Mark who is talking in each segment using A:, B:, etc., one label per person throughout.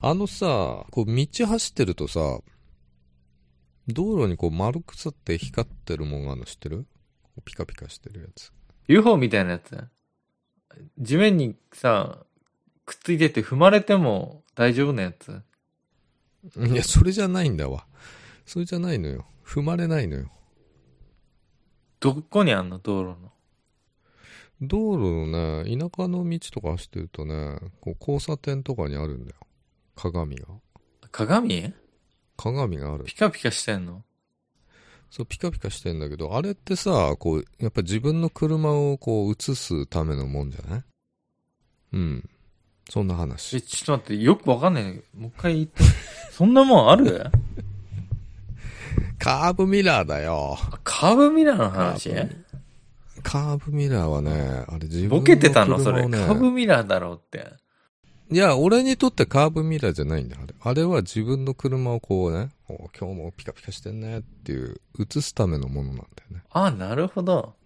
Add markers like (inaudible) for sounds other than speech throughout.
A: あのさ、こう道走ってるとさ、道路にこう丸くつって光ってるもんがあるの知ってるピカピカしてるやつ。
B: UFO みたいなやつ地面にさ、くっついてて踏まれても大丈夫なやつ
A: いや、それじゃないんだわ。それじゃないのよ。踏まれないのよ。
B: どこにあんの道路の。
A: 道路のね、田舎の道とか走ってるとね、こう交差点とかにあるんだよ。鏡が。
B: 鏡
A: 鏡がある。
B: ピカピカしてんの
A: そう、ピカピカしてんだけど、あれってさ、こう、やっぱ自分の車をこう映すためのもんじゃないうん。そんな話。
B: え、ちょっと待って、よくわかんないんだけど、もう一回言って。 (laughs) そんなもんある
A: カーブミラーだよ。
B: あカーブミラーの話
A: カーカーブミラーはね、あれ自分の
B: ボケてたのそれ。
A: 車
B: カ
A: をね
B: ーブミラーだろうって。
A: いや、俺にとってカーブミラーじゃないんだよ、あれ。あれは自分の車をこうね、お今日もピカピカしてんねっていう、映すためのものなんだよね。
B: あ、なるほど。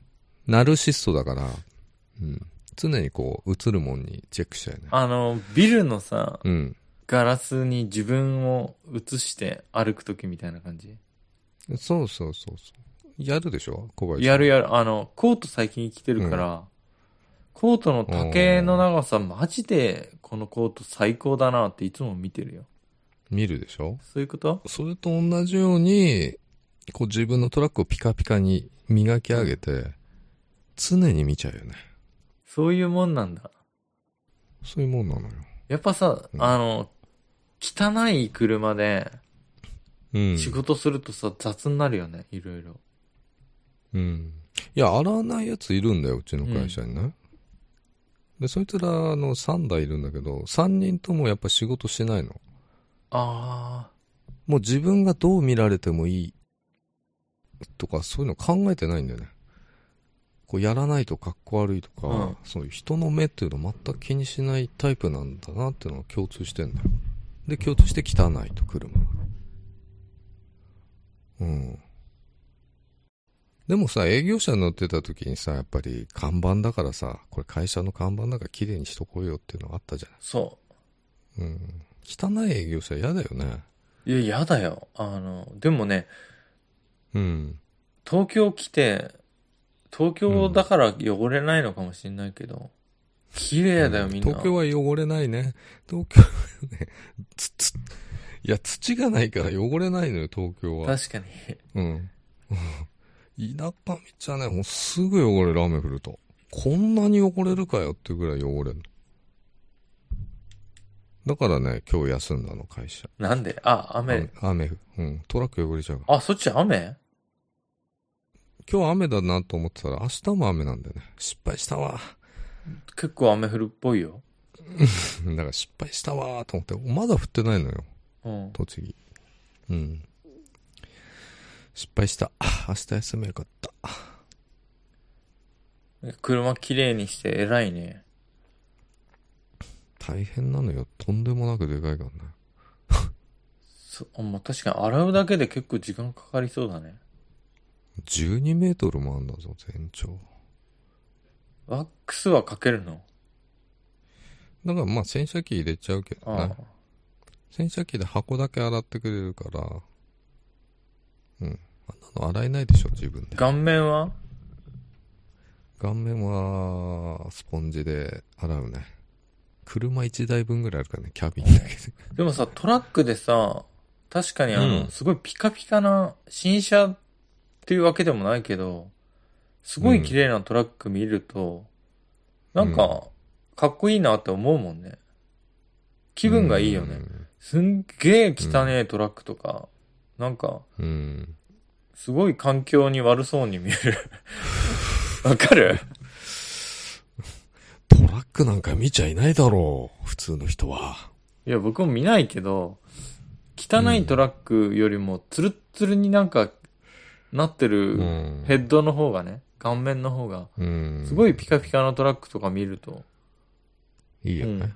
A: ナルシストだから、うん。常にこう、映るもんにチェックしちゃうね。
B: あの、ビルのさ、
A: うん。
B: ガラスに自分を映して歩くときみたいな感じ。
A: そうそうそうそう。やるでしょ小林さん
B: やるやる。あの、コート最近着てるから、コートの丈の長さ、マジでこのコート最高だなっていつも見てるよ。
A: 見るでしょ
B: そういうこと
A: それと同じように、こう自分のトラックをピカピカに磨き上げて、常に見ちゃうよね。
B: そういうもんなんだ。
A: そういうもんなのよ。
B: やっぱさ、
A: うん
B: あの、汚い車で
A: うん。
B: 仕事するとさ、雑になるよね、いろいろ。
A: うん。いや、洗わないやついるんだよ、うちの会社にね。で、そいつら、あの、3台いるんだけど、3人ともやっぱ仕事しないの。
B: あ
A: もう自分がどう見られてもいいとか、そういうの考えてないんだよね。こう、やらないとかっこ悪いとか、
B: うん
A: そういう人の目っていうの全く気にしないタイプなんだなっていうのが共通してんだよ。で、共通して汚いと、車が。うん。でもさ、営業車乗ってた時にさ、やっぱり看板だからさ、これ会社の看板だから綺麗にしとこうよっていうのがあったじゃ
B: ー、そ
A: ない。うん。汚い営業車嫌だよね。
B: う。いや、やだよ。あの、でもね、
A: うん。
B: 東京来て、東京だから汚れないのかもしれないけど、綺麗だよ、みんな。
A: 東京は汚れないね。東京はね、つ、つ、いや、土がないから汚れないのよ、東京は。
B: 確かに。
A: うん。 (laughs) 田舎道はね、もうすぐ汚れる、雨降ると。こんなに汚れるかよっていうぐらい汚れるの。だからね、今日休んだの、会社。
B: なんであ、雨。
A: 雨。雨うん。トラック汚れちゃうから。
B: あ、そっち雨
A: 今日雨だなと思ってたら、明日も雨なんだよね。失敗したわ。 (laughs)
B: 結構雨降るっぽいよ。
A: だから失敗したわと思って、まだ降ってないのよ。
B: うん。
A: 栃木うん失敗したあ明日休めよかった
B: 車綺麗にして偉いね。
A: 大変なのよとんでもなくでかいからね
B: そあまあ、確かに洗うだけで結構時間かかりそうだね。
A: 12メートルもあんだぞ全長
B: ワックスはかけるの
A: だからまあ洗車機入れちゃうけど
B: あ
A: ね洗車機で箱だけ洗ってくれるからうんあんなの洗えないでしょ自分で
B: 顔面は
A: 顔面はスポンジで洗うね車1台分ぐらいあるからねキャビンだけで
B: でもさ、トラックでさ、確かにあの、
A: うん
B: すごいピカピカな、新車っていうわけでもないけど、すごい綺麗なトラック見ると、
A: うん
B: なんか、かっこいいなって思うもんね。 (laughs) 気分がいいよね。すんげえ汚えトラックとか、なんか、
A: うんうん
B: すごい環境に悪そうに見える。 (laughs) わかる
A: トラックなんか見ちゃいないだろう、普通の人は。
B: いや、僕も見ないけど、汚いトラックよりも、ツルッツルになんか、なって
A: う
B: る
A: ん
B: ヘッドの方がね、顔面の方が、
A: うん。
B: すごいピカピカなトラックとか見ると、
A: いいよ
B: うん
A: ね。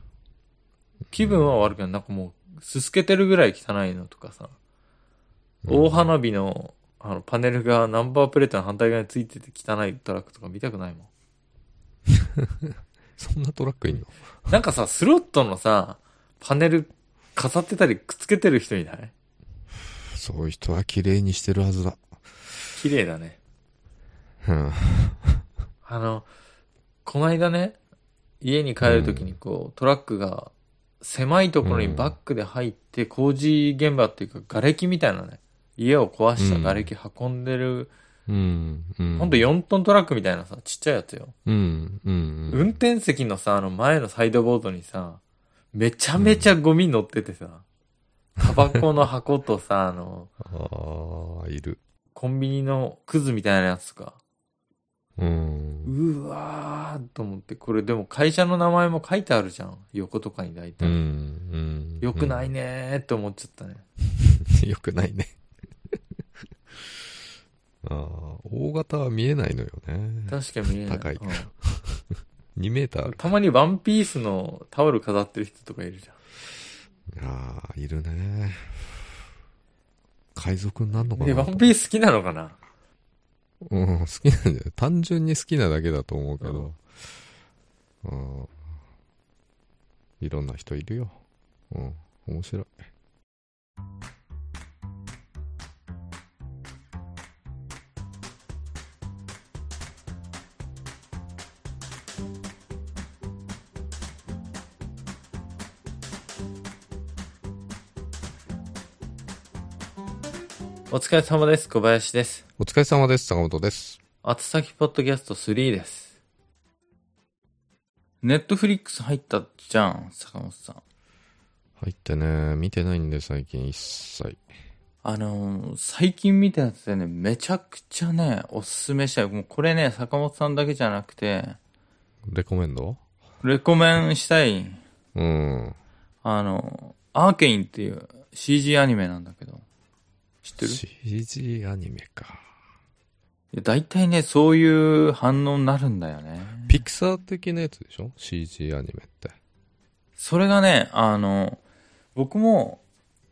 B: 気分は悪くない。なんかもう、すすけてるぐらい汚いのとかさ、
A: うん
B: 大花火の、あの、パネルがナンバープレートの反対側についてて汚いトラックとか見たくないも
A: そんなトラックいんの
B: ん。なんかさ、スロットのさ、パネル飾ってたりくっつけてる人いない
A: そういう人は綺麗にしてるはずだ。
B: 綺麗だね。
A: うん。
B: あの、こないだね、家に帰るときにこう、トラックが狭いところにバックで入って、工事現場っていうか、瓦礫みたいなね、家を壊した瓦礫運んでる、
A: うん。うん。
B: ほんと4トントラックみたいなさ、ちっちゃいやつよ。
A: うん。うん。
B: 運転席のさ、あの前のサイドボードにさ、めちゃめちゃゴミ乗っててさ、タバコの箱とさ、あの、
A: ああ、いる。
B: コンビニのクズみたいなやつとか、
A: うん。
B: うわーと思って、これでも会社の名前も書いてあるじゃん。横とかに大
A: う
B: 体。
A: ん。
B: よくない
A: ね。
B: ねーって思っちゃったね。
A: (laughs) よくないね。 (laughs) ああ、大型は見えないのよね。
B: 確かに見えない。
A: 高い
B: うん
A: 2メーターある。
B: たまにワンピースのタオル飾ってる人とかいるじゃ
A: ああ、いるね。海賊になんのか
B: ん。
A: な
B: で、ワンピース好きなのかな
A: うん、好きなんじゃない単純に好きなだけだと思うけど。うん。いろんな人いるよ。うん、面白い。
B: お疲れ様です。小林です。
A: お疲れ様です。坂本です。
B: あつさきポッドキャスト3です。ネットフリックス入ったじゃん、坂本さん。
A: 入ってね、見てないんで最近一切。
B: あのー最近見たやつでね、めちゃくちゃね、おすすめしたい。もうこれね、坂本さんだけじゃなくて、
A: レコメンド
B: レコメンしたい、
A: うん。
B: あの、アーケインっていう CG アニメなんだけど、知ってるい
A: CG アニメか。
B: や大体ね、そういう反応になるんだよね。
A: ピクサー的なやつでしょ ?CG アニメって。
B: それがね、あの、僕も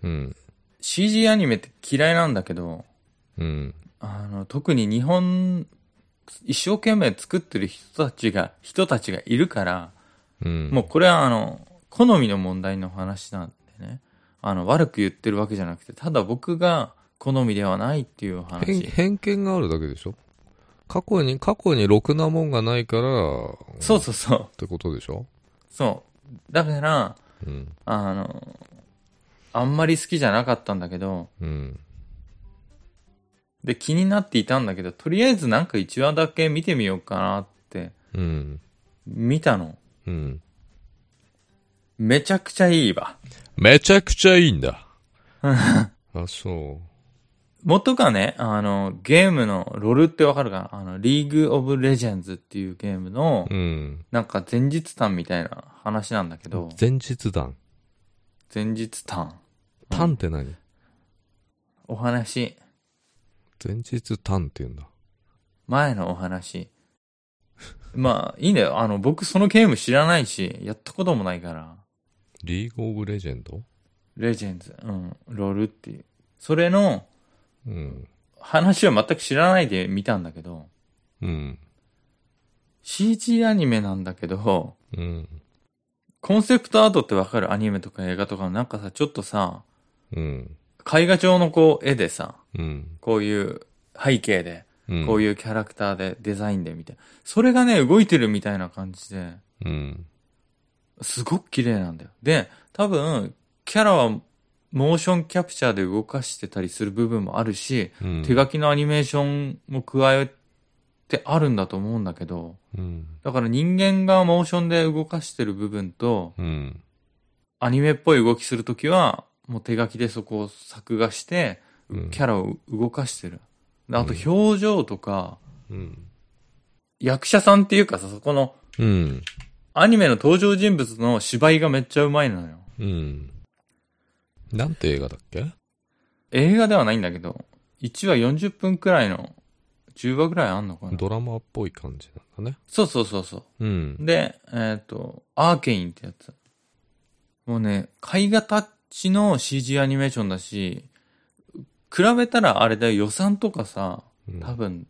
A: うん。
B: CG アニメって嫌いなんだけど、
A: うん。
B: あの、特に日本、一生懸命作ってる人たちが、人たちがいるから、
A: うん。
B: もうこれはあの、好みの問題の話なんでね。あの、悪く言ってるわけじゃなくて、ただ僕が好みではないっていう
A: 偏
B: 話。
A: 偏見があるだけでしょ過去に、過去にろくなもんがないから、っ
B: そうそうそう。
A: てことでしょ
B: そう。だから、
A: うん。
B: あの、あんまり好きじゃなかったんだけど、
A: うん。
B: で、気になっていたんだけど、とりあえずなんか1話だけ見てみようかなって、
A: うん。
B: 見たの。
A: うん。
B: めちゃくちゃいいわ。
A: めちゃくちゃいいんだ。あ、そ
B: 元がね、あの、ゲームの、ロルってわかるかなあの、リーグオブレジェンズっていうゲームの
A: う。、うん。
B: なんか前日談みたいな話なんだけど、
A: 前日談。
B: 前日談。
A: 談って何、
B: お話、
A: 前日談って言うんだ。
B: 前のお話。 (laughs) まあ、いいんだよ。あの、僕そのゲーム知らないし、やったこともないから。
A: リーグオブレジェンド
B: レジェンズ、うん、ロールっていう。それの
A: うん。
B: 話は全く知らないで見たんだけど、
A: うん。
B: CG アニメなんだけど、
A: うん。
B: コンセプトアートってわかるアニメとか映画とかのなんかさ、ちょっとさ、
A: うん。
B: 絵画上のこう絵でさ、
A: うん。
B: こういう背景で、
A: うん。
B: こう
A: い
B: いうキャラクターで、デザインでみたいな。それがね、動いてるみたいな感じで、
A: う。うん。
B: すごく綺麗なんだよ。で、多分、キャラはモーションキャプチャーで動かしてたりする部分もあるし、
A: うん。
B: 手書きのアニメーションも加えてあるんだと思うんだけど、
A: うん。
B: だから人間がモーションで動かしてる部分と、
A: うん。
B: アニメっぽい動きするときは、もう手書きでそこを作画して、
A: うん
B: キャラを動かしてる。であと
A: う
B: 表情とか、
A: うん。
B: 役者さんっていうかさ、そこの
A: うん。
B: アニメの登場人物の芝居がめっちゃうまいのよ。
A: うん。なんて映画だっけ
B: 映画ではないんだけど、1話40分くらいの、10話くらいあんのかな
A: ドラマっぽい感じなんだね。
B: そうそうそうそう。
A: うん。
B: で、えっ、と、アーケインってやつ。もうね、絵画タッチの CG アニメーションだし、比べたらあれだよ、予算とかさ、多分、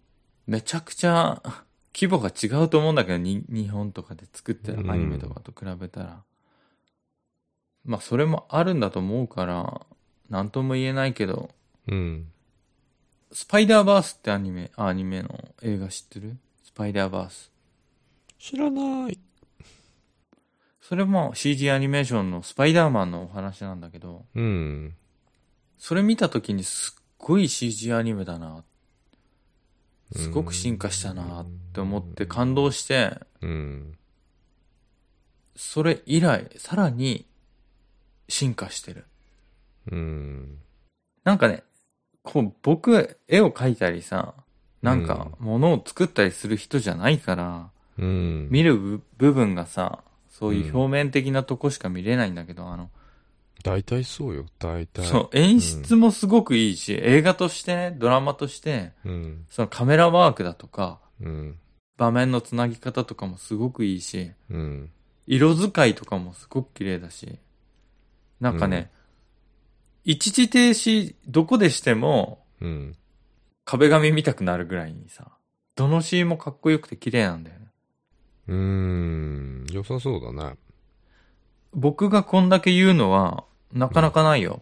B: めちゃくちゃ (laughs) 規模が違うと思うんだけど、に日本とかで作ってるアニメとかと比べたら。まあそれもあるんだと思うから、なんとも言えないけど、
A: うん。
B: スパイダーバースってアニメ、あアニメの映画知ってるスパイダーバース。
A: 知らない。
B: それも CG アニメーションのスパイダーマンのお話なんだけど、
A: うん。
B: それ見た時にすっごい CG アニメだな。すごく進化したなって思って感動して、
A: うん。
B: それ以来、さらに進化してる。
A: うん。
B: なんかね、こう僕、絵を描いたりさ、なんか物を作ったりする人じゃないから、
A: うん。
B: 見る部部分がさ、そういう表面的なとこしか見れないんだけど、あの、
A: 大体そうよ、大体。
B: そう、演出もすごくいいし、映画としてね、ドラマとして、
A: う。うん。
B: そのカメラワークだとか、
A: うん。
B: 場面のつなぎ方とかもすごくいいし、
A: うん。
B: 色使いとかもすごく綺麗だし、なんかね、一時停止、どこでしても
A: うん。
B: 壁紙見たくなるぐらいにさ、どのシーンもかっこよくて綺麗なんだよね。
A: うーん。良さそうだね。
B: 僕がこんだけ言うのは、なかなかないよ。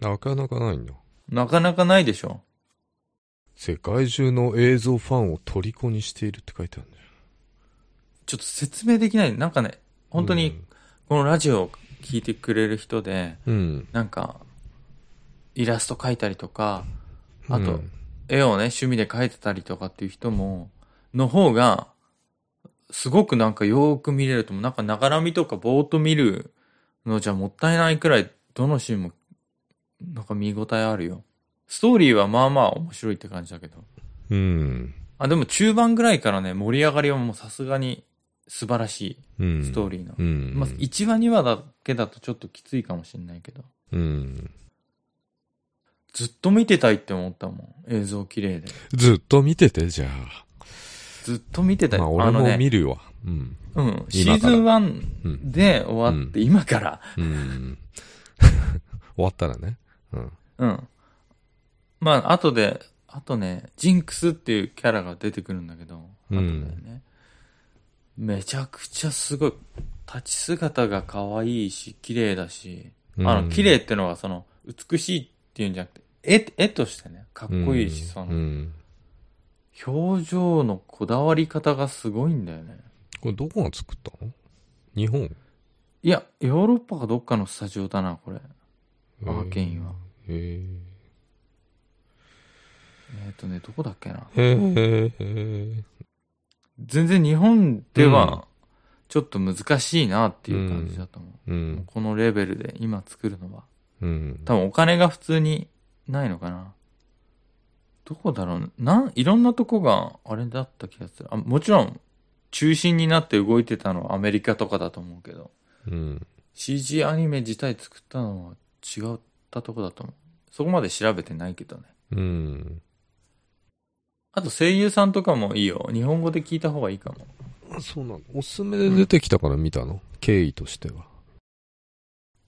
A: なかなかないんだ。
B: なかなかないでしょ。
A: 世界中の映像ファンを虜にしているって書いてあるんだよ。
B: ちょっと説明できない。なんかね、本当にこのラジオを聞いてくれる人で、
A: うん。
B: なんか、イラスト描いたりとか、
A: うん。
B: あと絵をね、趣味で描いてたりとかっていう人も、の方が、すごくなんかよーく見れると思う。なんかながら見とかぼーっと見るのじゃもったいないくらい、どのシーンも、なんか見応えあるよ。ストーリーはまあまあ面白いって感じだけど。
A: うん。
B: あ、でも中盤ぐらいからね、盛り上がりはもうさすがに素晴らし
A: う
B: い、
A: ん。
B: ストーリーの。
A: うん。
B: まあ、1話2話だけだとちょっときついかもしれないけど。
A: うん。
B: ずっと見てたいって思ったもん。映像綺麗で。
A: ずっと見てて、じゃあ。
B: ずっと見てたい。
A: まあ、俺
B: の
A: も
B: ね
A: 見るわ。うん。
B: うん。シ
A: 今
B: ー
A: か
B: ズ
A: ら
B: ン1で終わって、今から、
A: うん。 (laughs) 終わったらね。うん。
B: うん。まあ、後で、あとね、ジンクスっていうキャラが出てくるんだけど、後
A: う
B: だよ
A: ん
B: ね。めちゃくちゃすごい。立ち姿が可愛いし、綺麗だし、
A: うん
B: あの、綺麗ってのはその、美しいっていうんじゃなくて、絵、絵としてね、かっこいいし、その、
A: ん。
B: 表情のこだわり方がすごいんだよね。
A: これどこが作ったの日本
B: いや、ヨーロッパかどっかのスタジオだな、これ。アーケインは。
A: へ
B: えっ、とね、どこだっけな。
A: え。へえ。
B: 全然日本で
A: うん
B: は、ちょっと難しいなっていう感じだと思う。
A: う。
B: もうんこのレベルで今作るのは。
A: うん。
B: 多分お金が普通にないのかな。どこだろうなん、いろんなとこがあれだった気がする。あもちろん、中心になって動いてたのはアメリカとかだと思うけど、
A: うん。
B: CG アニメ自体作ったのは違ったとこだと思う。そこまで調べてないけどね。
A: うん。
B: あと声優さんとかもいいよ。日本語で聞いた方がいいかも。
A: そうなの。おすすめで出てきたから見たの経緯としては。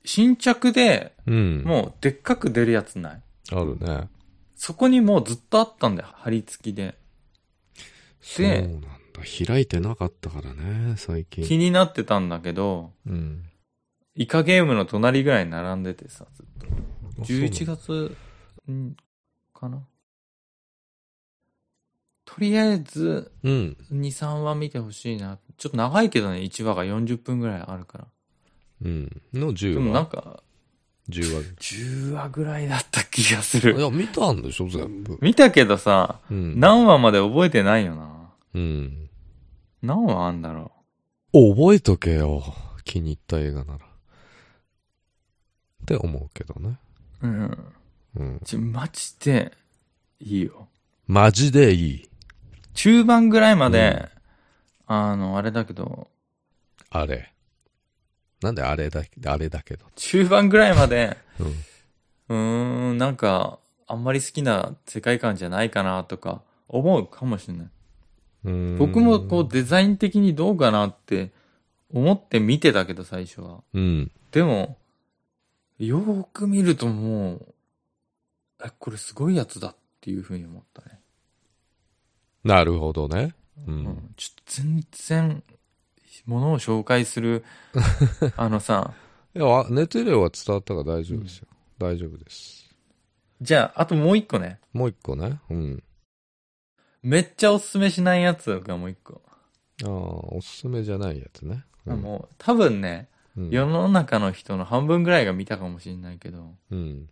B: 新着で
A: うん。
B: もうでっかく出るやつない。
A: あるね。
B: そこにもうずっとあったんだよ。貼り付きで。
A: そうなんだ。開いてなかったからね、最近。
B: 気になってたんだけど、
A: うん。
B: イカゲームの隣ぐらいに並んでてさ、ずっと
A: あ
B: 11。月んかなとりあえず
A: そうなんだ
B: 2、3話見てほしいな。ちょっと長いけどね、1話が40分ぐらいあるから。
A: うん。うん。の
B: で
A: 10
B: もなん
A: 話。
B: か、
A: 10話。
B: 10話ぐらいだった気がす
A: い
B: る。
A: や、見たんでしょ、全部。
B: 見たけどさ、
A: うん。
B: 何話まで覚えてないよな。
A: うん。
B: 何話あんだろ
A: 覚えとけよ。気に入った映画なら。って思うけどね。
B: う。うん。
A: うん。
B: ちょ、マジで、いいよ。
A: マジでいい。
B: 中盤ぐらいまで、あの、あれだけど、
A: あれ。なんであれだ、あれだけど。
B: 中盤ぐらいまで、
A: うん。
B: うーん、なんか、あんまり好きな世界観じゃないかなとか、思うかもしれない。
A: うーん
B: 僕もこうデザイン的にどうかなって思って見てたけど最初は。
A: う。うん。
B: でも、よーく見るともう、え、これすごいやつだっていうふうに思ったね。
A: なるほどね。う。
B: うんん。ちょっと全然、ものを紹介する、あのさ、
A: いや、あ熱量は伝わったから大丈夫ですよ。大丈夫です。
B: じゃあ、あともう一個ね。
A: もう一個ね。うん。
B: めっちゃおすすめしないやつがもう一個。
A: ああ、おすすめじゃないやつね。うん
B: もう、多分ね、
A: うん
B: 世の中の人の半分ぐらいが見たかもしれないけど、
A: うん。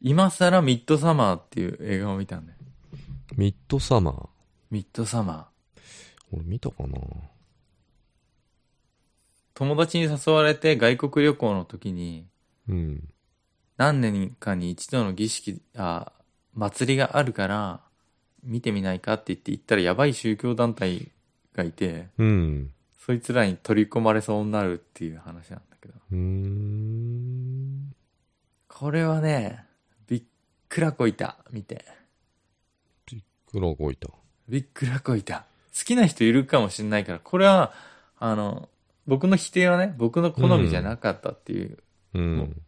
B: 今更ミッドサマーっていう映画を見たんだよ。
A: ミッドサマー。
B: ミッドサマー。
A: 俺見たかな
B: 友達に誘われて外国旅行の時に、
A: うん。
B: 何年かに一度の儀式、あ、祭りがあるから、見てみないかって言って行ったらやばい宗教団体がいて、
A: うん。
B: そいつらに取り込まれそうになるっていう話なんだけど。
A: うーん。
B: これはね、びっくらこいた、見て。
A: 黒動いた。
B: びっくらこいた。好きな人いるかもしれないから、これは、あの、僕の否定はね、僕の好みじゃなかったっていう
A: うん。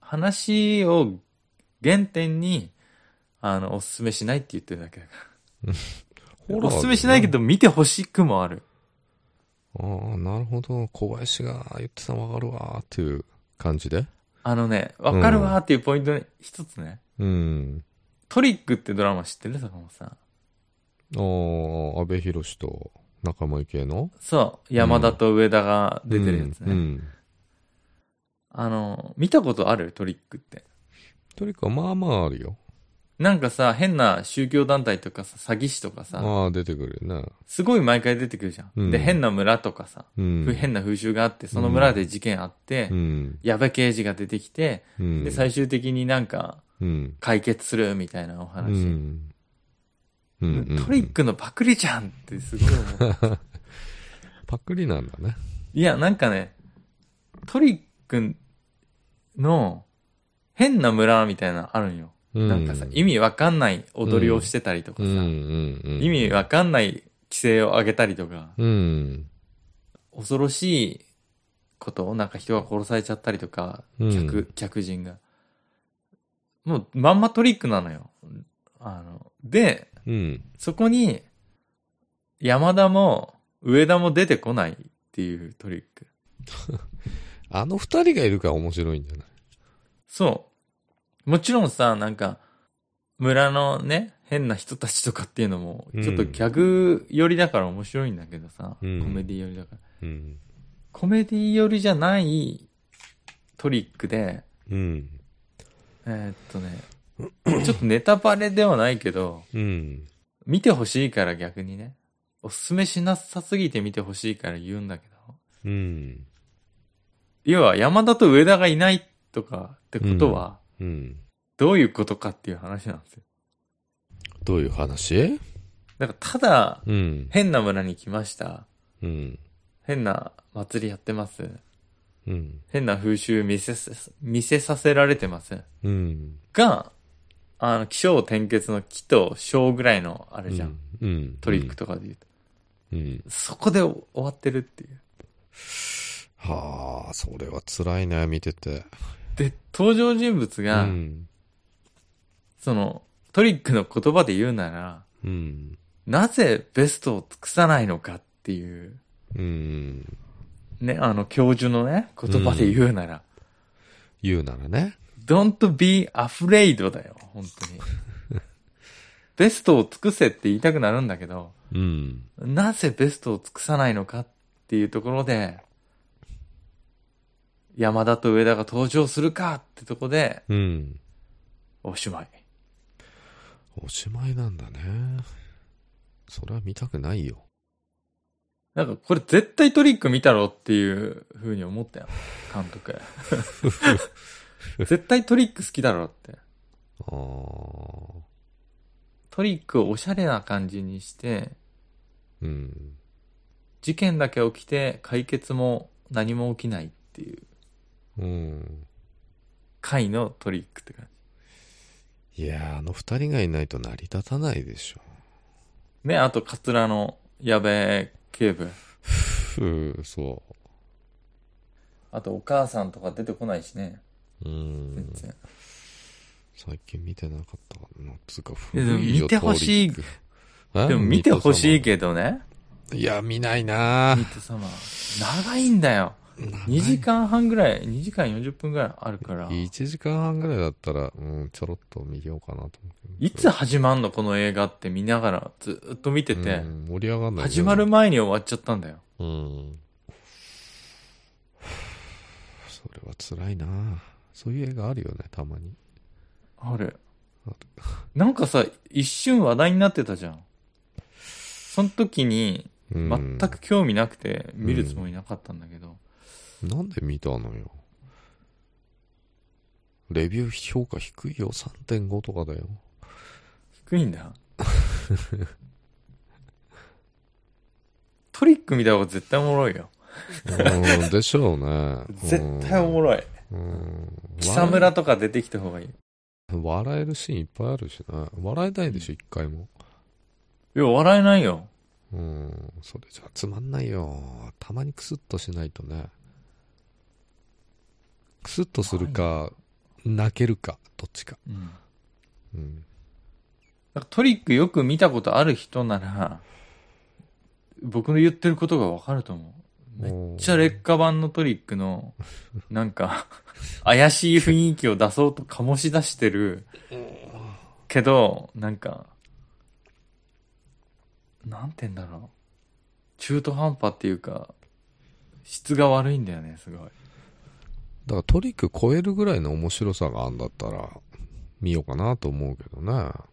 B: 話を原点に、あの、おすすめしないって言ってるだけだから。おすすめしないけ
A: ど。
B: ど、見てほしくもある。
A: ああ、なるほど。小林が言ってたのわかるわーっていう感じで。
B: あのね、わかるわーっていうポイントね、一つね。
A: うん。
B: トリックってドラマ知ってる坂本さん。
A: ああ、安部寛と仲間由紀恵の
B: そう。山田と上田が出てるやつね。
A: うんうん。
B: あの、見たことあるトリックって。
A: トリックはまあまああるよ。
B: なんかさ、変な宗教団体とかさ、詐欺師とかさ、
A: ああ、出てくるよね。
B: すごい毎回出てくるじゃん。
A: うん
B: で、変な村とかさ、
A: うん。
B: 変な風習があって、その村で事件あって、
A: うん。
B: やべ刑事が出てきて、
A: うん。
B: で、最終的になんか
A: うん。
B: 解決するみたいなお
A: う
B: 話。
A: ん。うんうん
B: トリックのパクリじゃんってすごい
A: (laughs)
B: 思う。
A: パクリなんだね。
B: いや、なんかね、トリックの変な村みたいなのあるんよ。
A: う
B: なんかさ、意味わかんない踊りをしてたりとか
A: う
B: さ、
A: んうんうん。
B: 意味わかんない規制を上げたりとか、
A: うん。
B: 恐ろしいことをなんか人が殺されちゃったりとか、
A: うん
B: 客、客人が。もう、まんまトリックなのよ。あの、で、
A: うん。
B: そこに、山田も、上田も出てこないっていうトリック。
A: あの二人がいるから面白いんじゃない
B: そう。もちろんさ、なんか、村のね、変な人たちとかっていうのも、
A: うん
B: ちょっとギャグ寄りだから面白いんだけどさ、
A: うん
B: コメディ寄りだから。
A: うん。
B: コメディ寄りじゃないトリックで、
A: うん。
B: えーっとね、ちょっとネタバレではないけど、
A: うん。
B: 見てほしいから逆にね、おすすめしなさすぎて見てほしいから言うんだけど、
A: うん。
B: 要は山田と上田がいないとかってことは、
A: うん。
B: どういうことかっていう話なんですよ。
A: どういう話
B: だからただ、
A: うん。
B: 変な村に来ました。
A: うん。
B: 変な祭りやってます。
A: うん。
B: 変な風習見せさ、見せさせられてます。
A: うん。
B: が、あの、気象転結の気と章ぐらいのあれじゃん。。
A: うん。
B: トリック。とかで言うと。
A: うん。
B: そこで終わってるっていう。
A: はあ、それは辛いね、見てて。
B: で、登場人物
A: う
B: が、
A: ん。
B: その、トリックの言葉で言うなら、
A: うん。
B: なぜベストを尽くさないのかっていう、
A: うん。
B: ね、あの、教授のね、言葉で言うなら、
A: 言うならね。
B: Don't be afraid だよ、本当に。
A: (laughs)
B: ベストを尽くせって言いたくなるんだけど、
A: うん。
B: なぜベストを尽くさないのかっていうところで、山田と上田が登場するかってとこで、
A: うん。
B: おしまい。
A: おしまいなんだね。それは見たくないよ。
B: なんかこれ絶対トリック見たろっていう風に思ったよ、監 (laughs) 督。絶対トリック好きだろって。
A: ああ。
B: トリックをおしゃれな感じにして、
A: うん。
B: 事件だけ起きて解決も何も起きないっていう
A: うん。
B: 回のトリックって感
A: いやー、あの二人がいないと成り立たないでしょ。
B: じ。ね、あとカツラのやべえ警部。
A: ふう、そ
B: あとお母さんとか出てこないしね。
A: う。うん
B: 全。然。
A: 最近見てなかったからな。つうか、
B: やでも
A: 古いよ
B: 見てほしい。
A: トリックえ
B: でも見てほしいけどね。
A: いや、見ないな
B: ミッドサマー。長いんだよ。 2時間半ぐらい、2時間40分ぐらいあるから、
A: 1時間半ぐらいだったら、うん、ちょろっと見ようかなと思う
B: いつ始まんのこの映画って見ながらずっと見て
A: けど
B: て
A: う、ん盛り上がんないよね。
B: 始まる前に終わっちゃったんだよ。
A: うん。それは辛いなそういう映画あるよね、たまに。
B: あれ
A: あ。
B: なんかさ、一瞬話題になってたじゃん。その時に、
A: うん
B: 全く興味なくて、見るつもりなかったんだけど、
A: なんで見たのよ。レビュー評価低いよ、3.5とかだよ。
B: 低いんだ。 (laughs) トリック見た方が絶対おもろいよ。
A: うん、でしょうね。
B: (laughs) 絶対おもろい。
A: うん。うん
B: 貴様らとか出てきた方がいい。
A: 笑笑えるシーンいっぱいあるしな。笑えないでしょ、一回も。
B: いや、笑えないよ。
A: うん、それじゃつまんないよ。たまにクスッとしないとね。クスッとするか、泣けるか、どっちか。
B: うん。
A: うん。
B: なんかトリックよく見たことある人なら、僕の言ってることがわかると思う。めっ
A: め
B: ちゃ劣化版のトリックの、なんか、怪しい雰囲気を出そうと醸し出してる、けど、なんか、なんて言うんだろう。中途半端っていうか、質が悪いんだよね、すご
A: だ
B: い。
A: からトリック超えるぐらいの面白さがあんだったら、見ようかなと思うけどね。
B: だか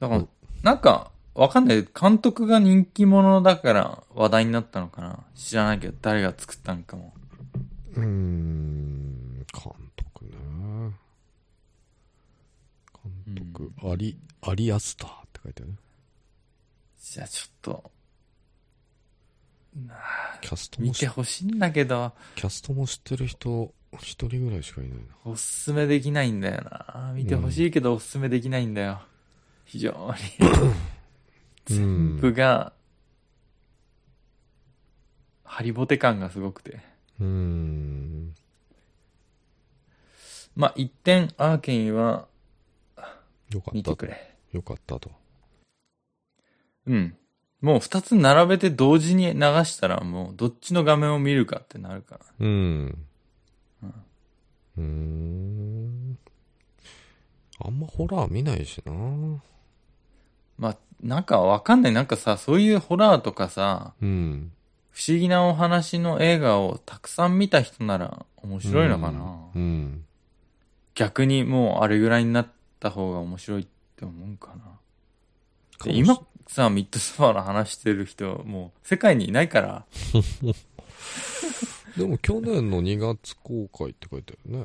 B: ら、
A: うん
B: なんか、わかんない。監督が人気者だから話題になったのかな知らないけど、誰が作ったのかも。
A: うーん、監督ね。監督、アリ、アリアスターって書いてあるね。
B: じゃあちょっと、なあ
A: キャストも
B: 見
A: して
B: ほしいんだけど、
A: キャストも知ってる人、一人ぐらいしかいないな。
B: おすすめできないんだよな。見てほしいけど、おすすめできないんだよ。非常に。全部が、ハリボテ感がすごくて。
A: うーん。
B: まあ、一点、アーケインは
A: よか
B: 見
A: ってたと。
B: くれ。
A: よかったと。
B: うん。もう二つ並べて同時に流したらもうどっちの画面を見るかってなるから。
A: うん。うーん。あんまホラー見ないしな。
B: まあ、なんかわかんない。なんかさ、そういうホラーとかさ、
A: うん。
B: 不思議なお話の映画をたくさん見た人なら面白いのかな。
A: うん。
B: 逆にもうあれぐらいになった方が面白いって思うんかな。
A: かも
B: で
A: し
B: 今さ、ミッドサマーの話してる人、もう世界にいないから、
A: でも去年の2月公開って書いてあるね。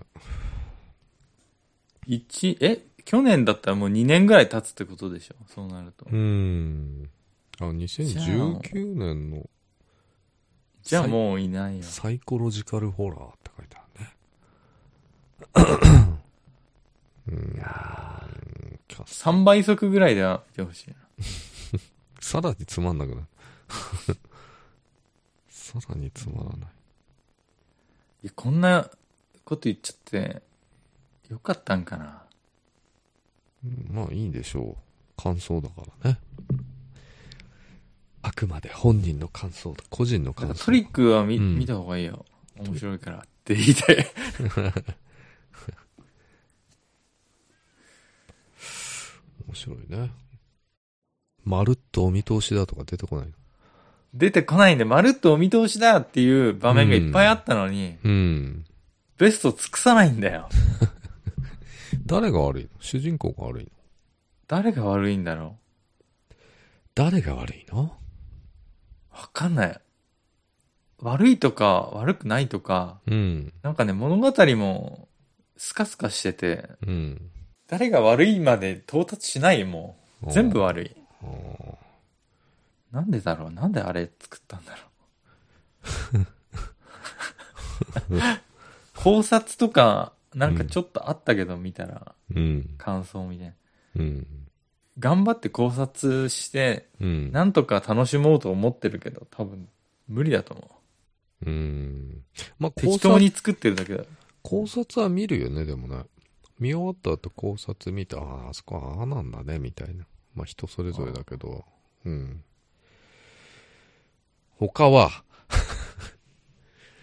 B: 一、え、去年だったらもう2年ぐらい経つってことでしょそうなると。
A: うん。あ、2019年の
B: じゃあもういないよ。
A: サイコロジカルホラーって書いてあるね。 (coughs) うん。キャス
B: 3倍速ぐらいでは見てほしいな。
A: さらにつまんなくなる。 (laughs) さらにつまらない。
B: いや、こんなこと言っちゃって、よかったんかな。
A: うんまあいいんでしょう。感想だからね。あくまで本人の感想だ。個人の
B: だか
A: 感
B: ら
A: 想。
B: トリックは見,、
A: うん
B: 見た方がいいよ。面白いからって (laughs) 言いたい。
A: 面白いね。まるっとお見通しだとか出てこないの。
B: 出てこないんで、まるっとお見通しだっていう場面がいっぱいあったのに、
A: うん。
B: ベスト尽くさないんだよ。
A: 誰が悪いの主人公が悪いの
B: 誰が悪いんだろ
A: 誰が悪いの
B: うわかんない。悪いとか、悪くないとか、
A: うん。
B: なんかね、物語も、スカスカしてて、
A: うん。
B: 誰が悪いまで到達しない、もう。全部悪い。
A: あー。
B: なんでだろうなんであれ作ったんだろう考察とか、なんかちょっとあったけど、見たら、
A: うん。
B: 感想みたいな。
A: うん。
B: 頑張って考察して、
A: うん。
B: なんとか楽しもうと思ってるけど、多分、無理だと思う。
A: うん。まあ、考
B: 適
A: 察
B: 当に作ってるだけだ。
A: 考察は見るよね、でもね。見終わった後考察見て、ああ、あそこはああなんだね、みたいな。まあ人それぞれだけど、うん。他は、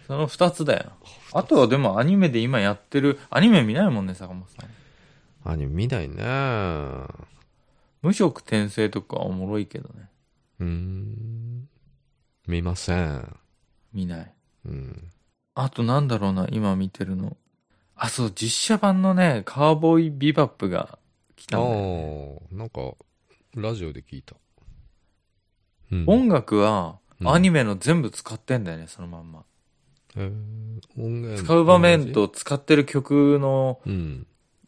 B: その二つだよ。あとはでもアニメで今やってる、アニメ見ないもんね、坂本さん。
A: アニメ見ないね。う
B: 無職転生とかおもろいけどね。
A: ーん。見ません。
B: 見ない。
A: うん。
B: あとなんだろうな、今見てるの。あ、そう、実写版のね、カーボーイビバップが来
A: あ
B: た
A: あ
B: んだよね
A: ー、なんか、ラジオで聞いた。うん
B: 音楽は
A: うん
B: アニメの全部使ってんだよね、そのまんま。
A: えー音源
B: 使う場面と使ってる曲の
A: うん。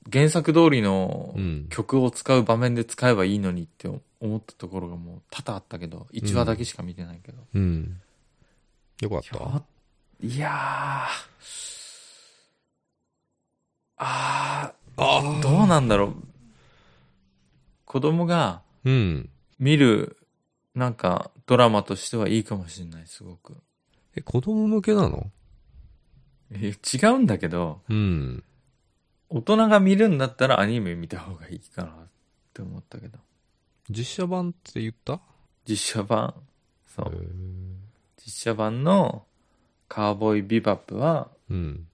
B: 原作通りの
A: うん。
B: 曲を使う場面で使えばいいのにって思ったところがもう多々あったけど、1話だけしか見てないけど。
A: うん。よかっ
B: ちょ
A: た。
B: いやー。あ
A: あ
B: ー、どうなんだろう。子供が
A: うん。
B: 見る、なんか、ドラマとしてはいいかもしれない、すごく。
A: え、子供向けなの
B: え違うんだけど、
A: うん。
B: 大人が見るんだったらアニメ見た方がいいかなって思ったけど。
A: 実写版って言った
B: 実写版、そう。
A: えー
B: 実写版のカーボーイビバップは、
A: うん。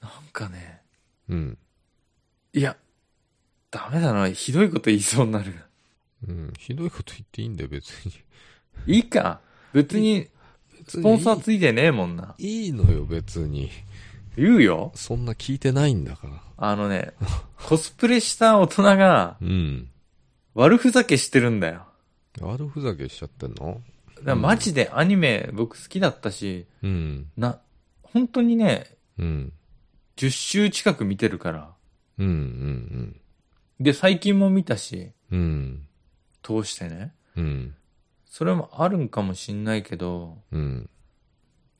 B: なんかね、
A: うん。
B: いや、ダメだな、ひどいこと言いそうになる。
A: うん。ひどいこと言っていいんだよ、別に。
B: いいか別に、スポンサー
A: 別
B: ついてねえもんな。
A: にいいいいのよ、別に。
B: 言うよ。
A: そんな聞いてないんだから。
B: あ
A: (laughs)
B: のね、コスプレした大人が
A: うん。
B: 悪ふざけしてるんだよ。
A: 悪ふざけしちゃってんの
B: だからマジでアニメ僕好きだったし、
A: うん。
B: な、本当にね、
A: うん。
B: 10周近く見てるから。
A: うん、うん、
B: で、最近も見たし、
A: うん。うん。
B: 通してね。
A: うん。
B: それもあるんかもしんないけど、
A: うん。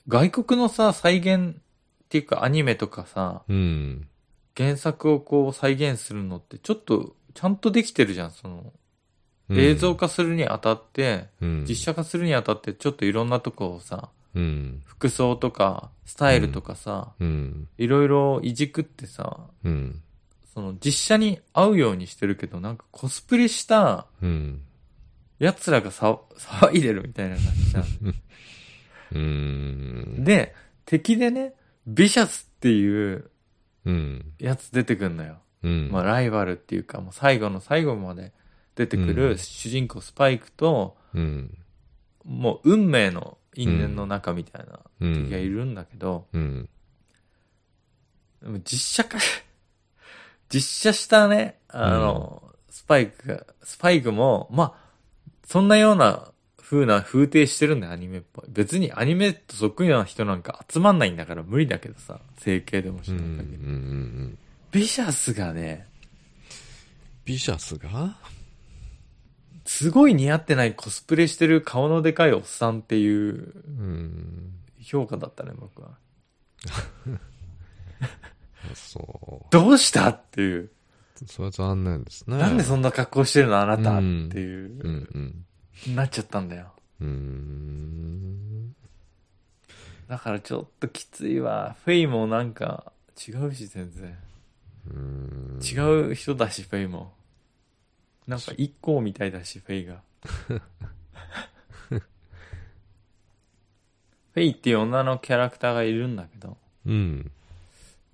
B: 外国のさ、再現っていうかアニメとかさ、
A: うん。
B: 原作をこう再現するのってちょっとちゃんとできてるじゃん、その。
A: うん
B: 映像、化するにあたって、
A: うん、
B: 実写化するにあたってちょっといろんなとこをさ、
A: うん。
B: 服装とか、スタイルとかさ、
A: うん。
B: いろいろいじくってさ、
A: うん。
B: その実写に合うようにしてるけど、なんかコスプレした
A: うん。
B: 奴らがさ騒いでるみたいな感じじゃん。
A: うん。
B: で、敵でね、ビシャスっていう
A: うん。
B: やつ出てくんのよ。
A: うん。
B: まあライバルっていうか、もう最後の最後まで出てく
A: う
B: る
A: ん
B: 主人公スパイクと、
A: うん。
B: もう運命の因縁の中みたいな
A: うん。
B: 敵がいるんだけど、
A: うん。
B: でも実写化、 (laughs) 実写したね、あの、スパイクが、スパイクも、まあ、そんなような風な風景してるんだよ、アニメっぽい。別にアニメとそっくりな人なんか集まんないんだから無理だけどさ、整形でもし
A: うん。う
B: なんいんだけど。
A: うん。
B: ビシャスがね、
A: ビシャスが
B: すごい似合ってないコスプレしてる顔のでかいおっさんっていう
A: うん。
B: 評価だったね、僕は。
A: あそ
B: どうしたっていう。
A: う。それは残念ですね。
B: なんでそんな格好してるのあなた、
A: うん
B: っていうう、
A: んうん。
B: なっちゃったんだよ。
A: うーん。
B: だからちょっときついわ。フェイもなんか違うし全然。
A: うーん
B: 違う人だし、フェイも。なんか一行みたいだし、フェイ (laughs) が。フェイっていう女のキャラクターがいるんだけど、
A: うん。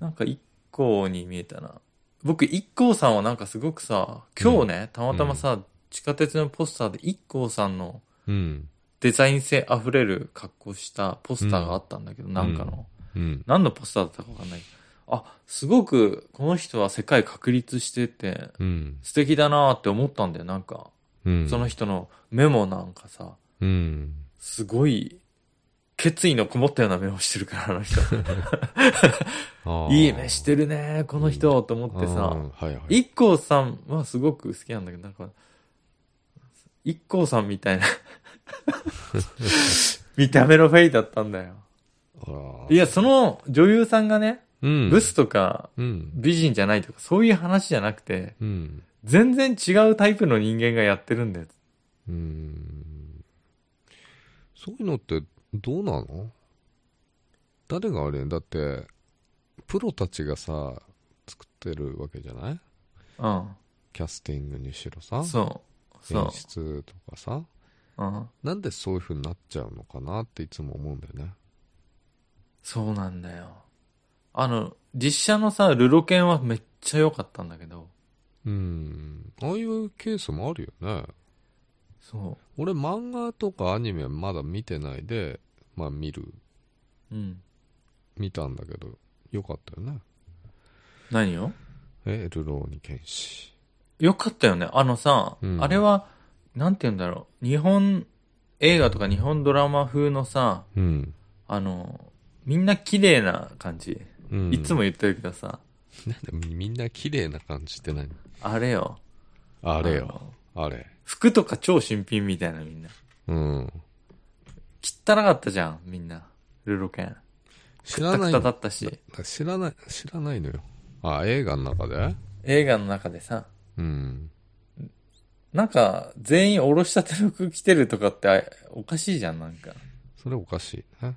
B: なんか一行に見えたな。僕、一行さんはなんかすごくさ、今日ね、たまたまさ、地下鉄のポスターで一行さんの
A: うん。
B: デザイン性あふれる格好したポスターがあったんだけど、なんかの。
A: うん。
B: 何のポスターだったかわかんない。あ、すごくこの人は世界確立してて、
A: うん。
B: 素敵だなーって思ったんだよ、なんか。
A: うん。
B: その人のメモなんかさ、
A: うん。
B: すごい、決意のこもったようなメモしてるから、あ
A: (laughs)
B: の人。
A: あー
B: いい目してるねー、この人、と思って
A: あ
B: さ。
A: ーはいはい。
B: 一光さんはすごく好きなんだけど、なんか、一光さんみ
A: (laughs)
B: たいな、見た目のフェイだったんだよ。
A: あら
B: いや、その女優さんがね、
A: うん。
B: ブスとか
A: うん。
B: 美人じゃないとか、そういう話じゃなくて、
A: うん。
B: 全然違うタイプの人間がやってるんだよ。
A: うーんそういうのってどうなの誰があれだってプロたちがさ作ってるわけじゃないうキャスティングにしろさ
B: ん。そう。そ
A: 演出とかさ
B: う。うん。
A: なんでそういう風になっちゃうのかなっていつも思うんだよね
B: そうなんだよ。あの、実写のさ、ルロケンはめっちゃ良かったんだけど、
A: うん。ああいうケースもあるよね。
B: そ
A: 俺、漫画とかアニメまだ見てないで、まあ見る、
B: う。うん。
A: 見たんだけど、よかったよね。
B: 何よ
A: え、ルローニケンシ。
B: よかったよね。あのさ、
A: うん
B: あれは、なんて言うんだろう。日本映画とか日本ドラマ風のさ、
A: うん。
B: あの、みんな綺麗な感じ。
A: うん、
B: いつも言ってるけどさ、
A: なんでみんな綺麗な感じって何
B: あれよ。
A: あ
B: あ
A: れよ、
B: の。
A: あれ。
B: 服とか超新品みたいなみんな。
A: うん。
B: 汚かったじゃん、みんな。ルロケン。
A: 知らない
B: くたくただったし。
A: 知らない、知らないのよ。あ、映画の中で
B: 映画の中でさ、
A: うん。
B: なんか、全員おろしたての服着てるとかってあおかしいじゃん、なんか。
A: それおかしいね。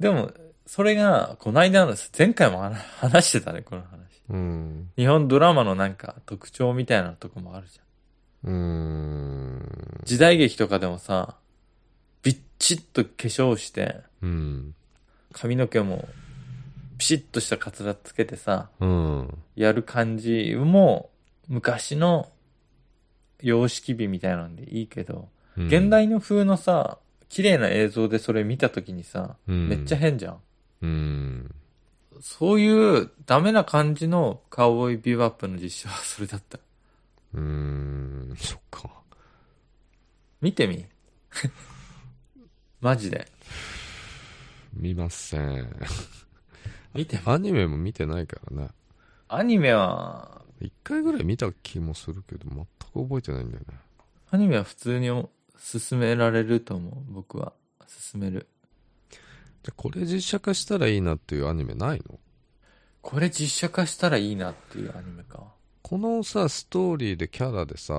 B: でも、それが、こないだの、前回も話話してたね、この話。
A: うん。
B: 日本ドラマのなんか特徴みたいなとこもあるじゃ
A: うー
B: ん。
A: ん。
B: 時代劇とかでもさ、ビッチッと化粧して、
A: うん。
B: 髪の毛もピシッとしたカツラつけてさ、
A: うん。
B: やる感じも昔の様式美みたいなんでいいけど、
A: うん
B: 現、代の風のさ、綺麗な映像でそれ見た時にさ、
A: うん
B: めっちゃ変じゃん。
A: うん。
B: そういうダメな感じのカウボーイビューアップの実写はそれだった。
A: うーん。そっか。
B: 見てみ。 (laughs) マジで。
A: 見ません。
B: 見てみ。
A: アニメも見てないからね。
B: アニメは、
A: 一回ぐらい見た気もするけど、全く覚えてないんだよね。
B: アニメは普通に進められると思う。僕は。進める。
A: じゃ、これ実写化したらいいなっていうアニメないの
B: これ実写化したらいいなっていうアニメか。
A: このさ、ストーリーでキャラでさ、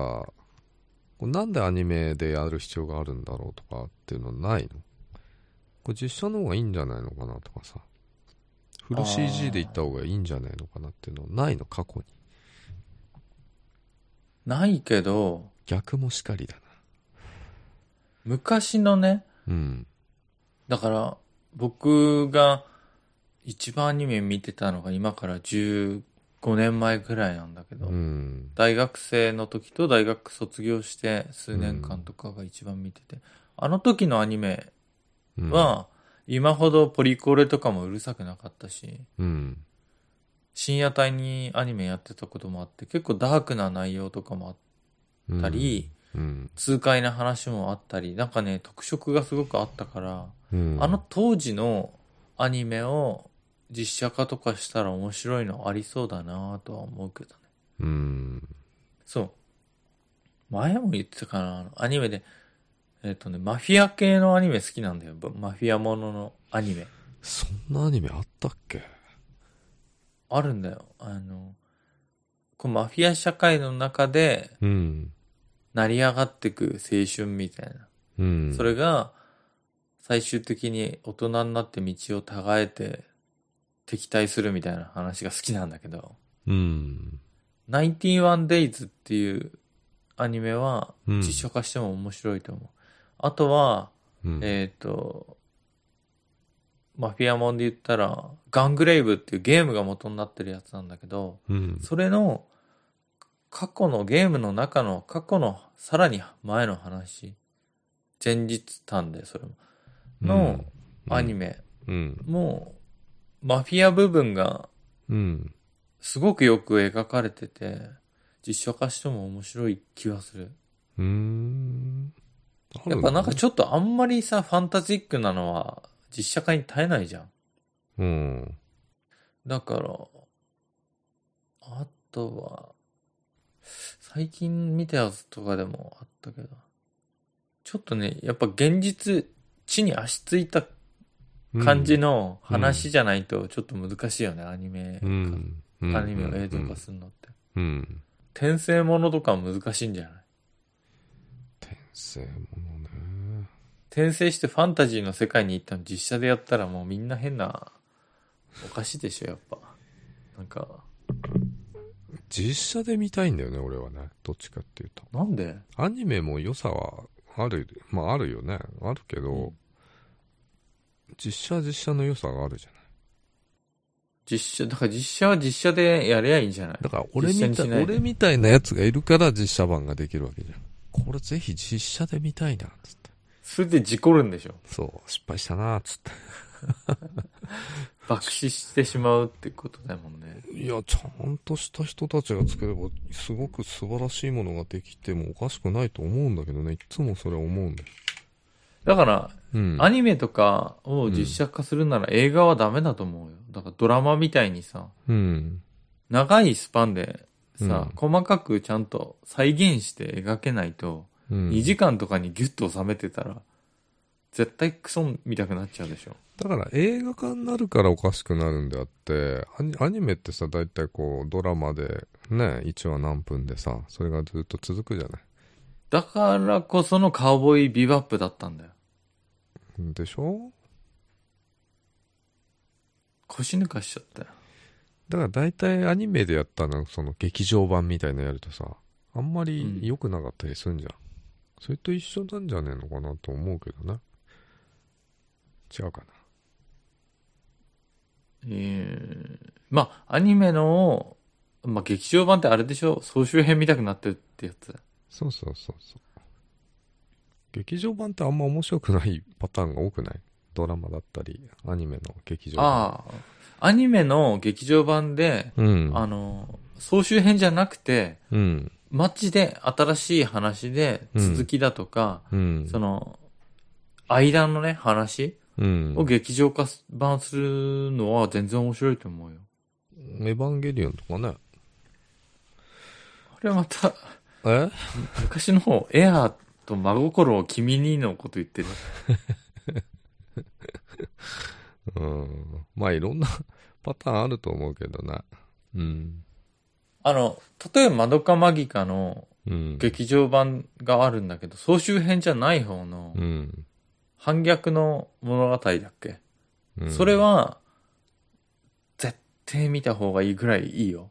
A: これなんでアニメでやる必要があるんだろうとかっていうのないのこれ実写の方がいいんじゃないのかなとかさ、フル
B: あー
A: CG でいった方がいいんじゃないのかなっていうのないの過去に。
B: ないけど、
A: 逆もしかりだ
B: 昔のね、
A: な。うん。
B: だから、僕が一番アニメ見てたのが今から15年前くらいなんだけど、
A: うん。
B: 大学生の時と大学卒業して数年間とかが一番見てて、あの時のアニメ
A: うん、
B: は、今ほどポリコレとかもうるさくなかったし、
A: うん。
B: 深夜帯にアニメやってたこともあって、結構ダークな内容とかも
A: う
B: あ
A: ん。
B: ったり、
A: うん。
B: 痛快な話もあったり、なんかね、特色がすごくあったから、
A: うん。
B: あの当時のアニメを実写化とかしたら面白いのありそうだなとは思うけどね。
A: うん。
B: そう。前も言ってたかなあのアニメで、えっ、とね、マフィア系のアニメ好きなんだよ。ぶマフィアもののアニメ。
A: そんなアニメあったっけ
B: あるんだよ。あの、こうマフィア社会の中で
A: うん。
B: 成り上がってく青春みたいな。
A: うん。
B: それが最終的に大人になって道を違えて敵対するみたいな話が好きなんだけど、
A: うん。
B: 91 days っていうアニメは
A: うん
B: 実写化しても面白いと思う。あとは、
A: うん。
B: えっ、と、マフィアモンで言ったら、ガングレイブっていうゲームが元になってるやつなんだけど、
A: うん。
B: それの過去のゲームの中の過去のさらに前の話、前日短でそれも、のアニ
A: メ。
B: メ
A: うん。
B: も、マフィア部分が
A: うん。
B: すごくよく描かれてて、実写化しても面白い気はする。
A: うーん。あ
B: や
A: る
B: っ
A: ん
B: ぱ
A: だ
B: なんかちょっとあんまりさ、ファンタジックなのは実写化に耐えないじゃん。
A: うん。
B: だから、あとは、最近見たやつとかでもあったけど、ちょっとね、やっぱ現実、地に足ついた感じの話じゃないとちょっと難しいよね、アニメ
A: う
B: 化、
A: ん、うん。
B: アニメを映像化するのって。
A: うん。うん。
B: 転生ものとか難しいんじゃない
A: 転生ものね。
B: 転生してファンタジーの世界に行ったの実写でやったらもうみんな変な、おかしいでしょ、やっぱ。なんか、
A: 実写で見たいんだよね、俺はね。どっちかっていうと。
B: なんで
A: アニメも良さはある、まああるよね。あるけど、
B: うん
A: 実写は実写の良さがあるじゃない。
B: 実写、だから実写は実写でやりゃいいんじゃない
A: だから俺み
B: 実
A: た
B: 写
A: い
B: にしないで
A: 俺みたいなやつがいるから実写版ができるわけじゃん。これぜひ実写で見たいな、つって。
B: それで事故るんでしょ
A: そう、失敗したな、つって。
B: 爆死してしまうってことだもんね。
A: いや、ちゃんとした人たちが作れば、すごく素晴らしいものができてもおかしくないと思うんだけどね。いつもそれ思うんだよ。
B: だから、
A: うん。
B: アニメとかを実写化するなら映画はダメだと思うよ。だからドラマみたいにさ、
A: うん。
B: 長いスパンでさ、
A: う
B: 細かくちゃんと再現して描けないと、
A: うん。
B: 2時間とかにギュッと収めてたら、絶対クソ見たくなっちゃうでしょ。
A: だから映画化になるからおかしくなるんであってアニアニメってさ大体こうドラマでね1話何分でさそれがずっと続くじゃない
B: だからこそのカウボーイビバップだったんだよ。
A: でしょ
B: 腰抜かしちゃったよ。
A: だから大体アニメでやったのその劇場版みたいなのやるとさあんまり良くなかったりするんじゃん、それと一緒なんじゃねえのかなと思うけどね違うか
B: ええまあ、アニメの、まあ、劇場版ってあれでしょ総集編見たくなってるってやつ。
A: そうそうそうそう劇場版ってあんま面白くないパターンが多くないドラマだったりアニメの劇場版あ
B: ああ、アニメの劇場版で、
A: うん
B: あの、総集編じゃなくて、
A: うん
B: マッチで新しい話で続きだとか、
A: うん。
B: その、間のね、話
A: うん。
B: を劇場化す版するのは全然面白いと思うよ。
A: エヴァンゲリオンとかね。
B: あれはまた、
A: え
B: (laughs) 昔の方、エアーと真心を君にのこと言ってる。
A: うん。まあいろんな (laughs) パターンあると思うけどな。うん。
B: あの、例えば、マドカマギカの
A: うん。
B: 劇場版があるんだけど、総集編じゃない方の
A: うん。
B: 反逆の物語だっけ、
A: うん
B: それ、は、絶対見た方がいいぐらいいいよ。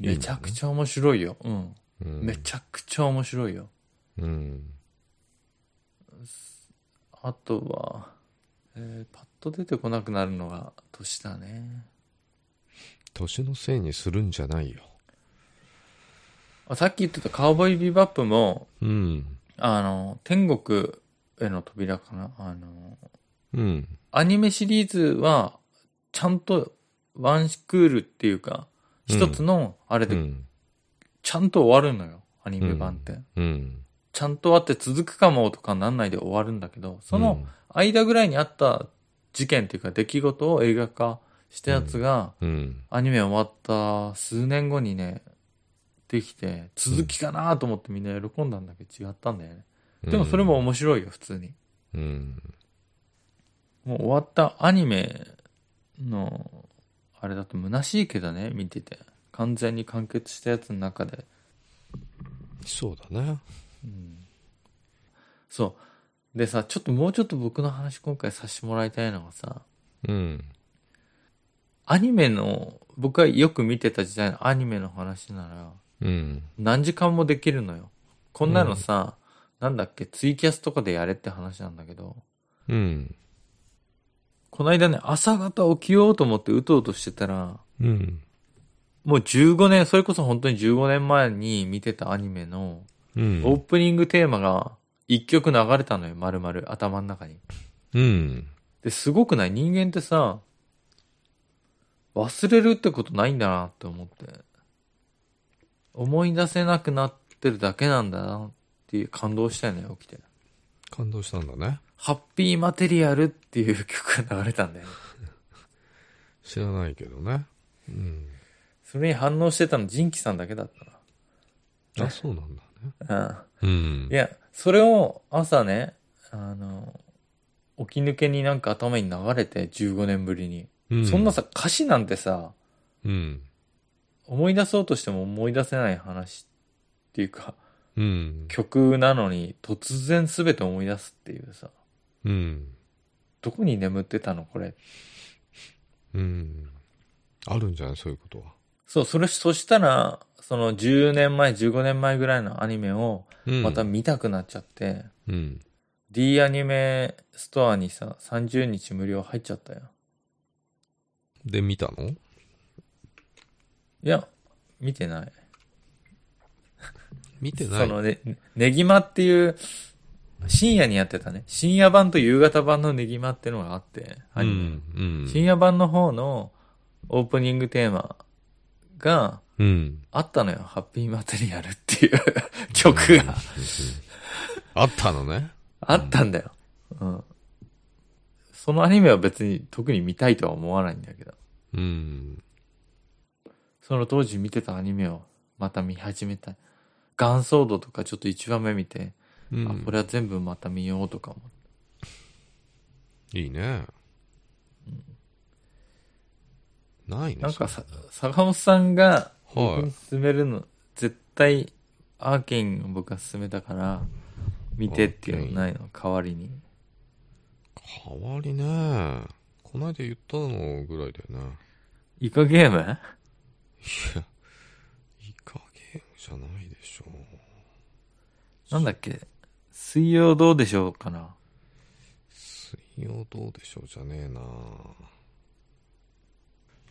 A: いいの
B: めちゃくちゃ面白いよ。うん。
A: うん、
B: めちゃくちゃ面白いよ。
A: うん。
B: あとは、えーパッと出てこなくなるのが年だね。
A: 年のせいにするんじゃないよ。
B: あさっき言ってたカウボーイビバップも、
A: うん。
B: あの、天国への扉かな。あの、
A: うん。
B: アニメシリーズは、ちゃんとワンクールっていうか、
A: うん
B: 一つの、あれ
A: う
B: で、
A: ん。
B: ちゃんと終わるのよ、アニメ版って。
A: うん。
B: ちゃんと終わって続くかもとかなんないで終わるんだけど、その間ぐらいにあった事件っていうか出来事を映画化したやつが、
A: うん、うん。
B: アニメ終わった数年後にね、できて、続きかなと思ってみんな喜んだんだけど違ったんだよね。でもそれも面白いよ、普通に。
A: うん。
B: もう終わったアニメの、あれだと虚しいけどね、見てて。完全に完結したやつの中で。
A: そうだね。
B: うんそう。でさ、ちょっともうちょっと僕の話今回させてもらいたいのがさ、
A: うん。
B: アニメの、僕がよく見てた時代のアニメの話なら、
A: うん。
B: 何時間もできるのよ。こんなのさ、なんだっけ、ツイキャスとかでやれって話なんだけど、
A: うん。
B: この間ね、朝方起きようと思ってうとうとしてたら、
A: うん。
B: もう15年、それこそ本当に15年前に見てたアニメの、
A: うん。
B: オープニングテーマが一曲流れたのよ、丸々、頭の中に。
A: うん。
B: で、すごくない人間ってさ、忘れるってことないんだなって思って。思い出せなくなってるだけなんだなっていう感動したよね、起きて。
A: 感動したんだね。
B: ハッピーマテリアルっていう曲が流れたんだよね。
A: 知らないけどね。うん。
B: それに反応してたのジンキさんだけだっ
A: あ、そうなんだね。
B: たな。
A: うん
B: うん。い。や、それを朝ね、あの、起き抜けになんか頭に流れて15年ぶりに。
A: う
B: そんな、さ、歌詞なんてさ、
A: うん。
B: 思い出そうとしても思い出せない話っていうか、
A: うん。
B: 曲なのに突然全て思い出すっていうさ、
A: うん。
B: どこに眠ってたのこれ。
A: うん。あるんじゃないそういうことは。
B: そう、それ、そしたら、その10年前、15年前ぐらいのアニメを
A: うん
B: また、見たくなっちゃって、
A: うん。
B: D アニメストアにさ、30日無料入っちゃったよ。
A: で、見たの
B: いや、見てない。
A: 見てな
B: そ
A: い
B: のね、ねぎまっていう、深夜にやってたね。深夜版と夕方版のねぎまってのがあって、アニメ
A: うんうん
B: 深夜版の方のオープニングテーマが
A: うん
B: あったのよ。ハッピーマテリアルっていう曲が
A: あったのね
B: あったんだよ。うん。そのアニメは別に特に見たいとは思わないんだけど。
A: うん
B: その当時見てたアニメをまた見始めたい。ガンソードとかちょっと一話目見て、
A: うん
B: あ、これは全部また見ようとかも。
A: いいねないね
B: なんかさ、坂本さんが僕
A: は
B: に
A: い
B: 勧めるの、絶対アーケインを僕が勧めたから、見てっていうのないの、代わりに。
A: 代わりねこないだ言ったのぐらいだよね
B: イカゲーム
A: いやイカゲームじゃないでしょ
B: なんだっけ水曜どうでしょうかな
A: 水曜どうでしょうじゃねえな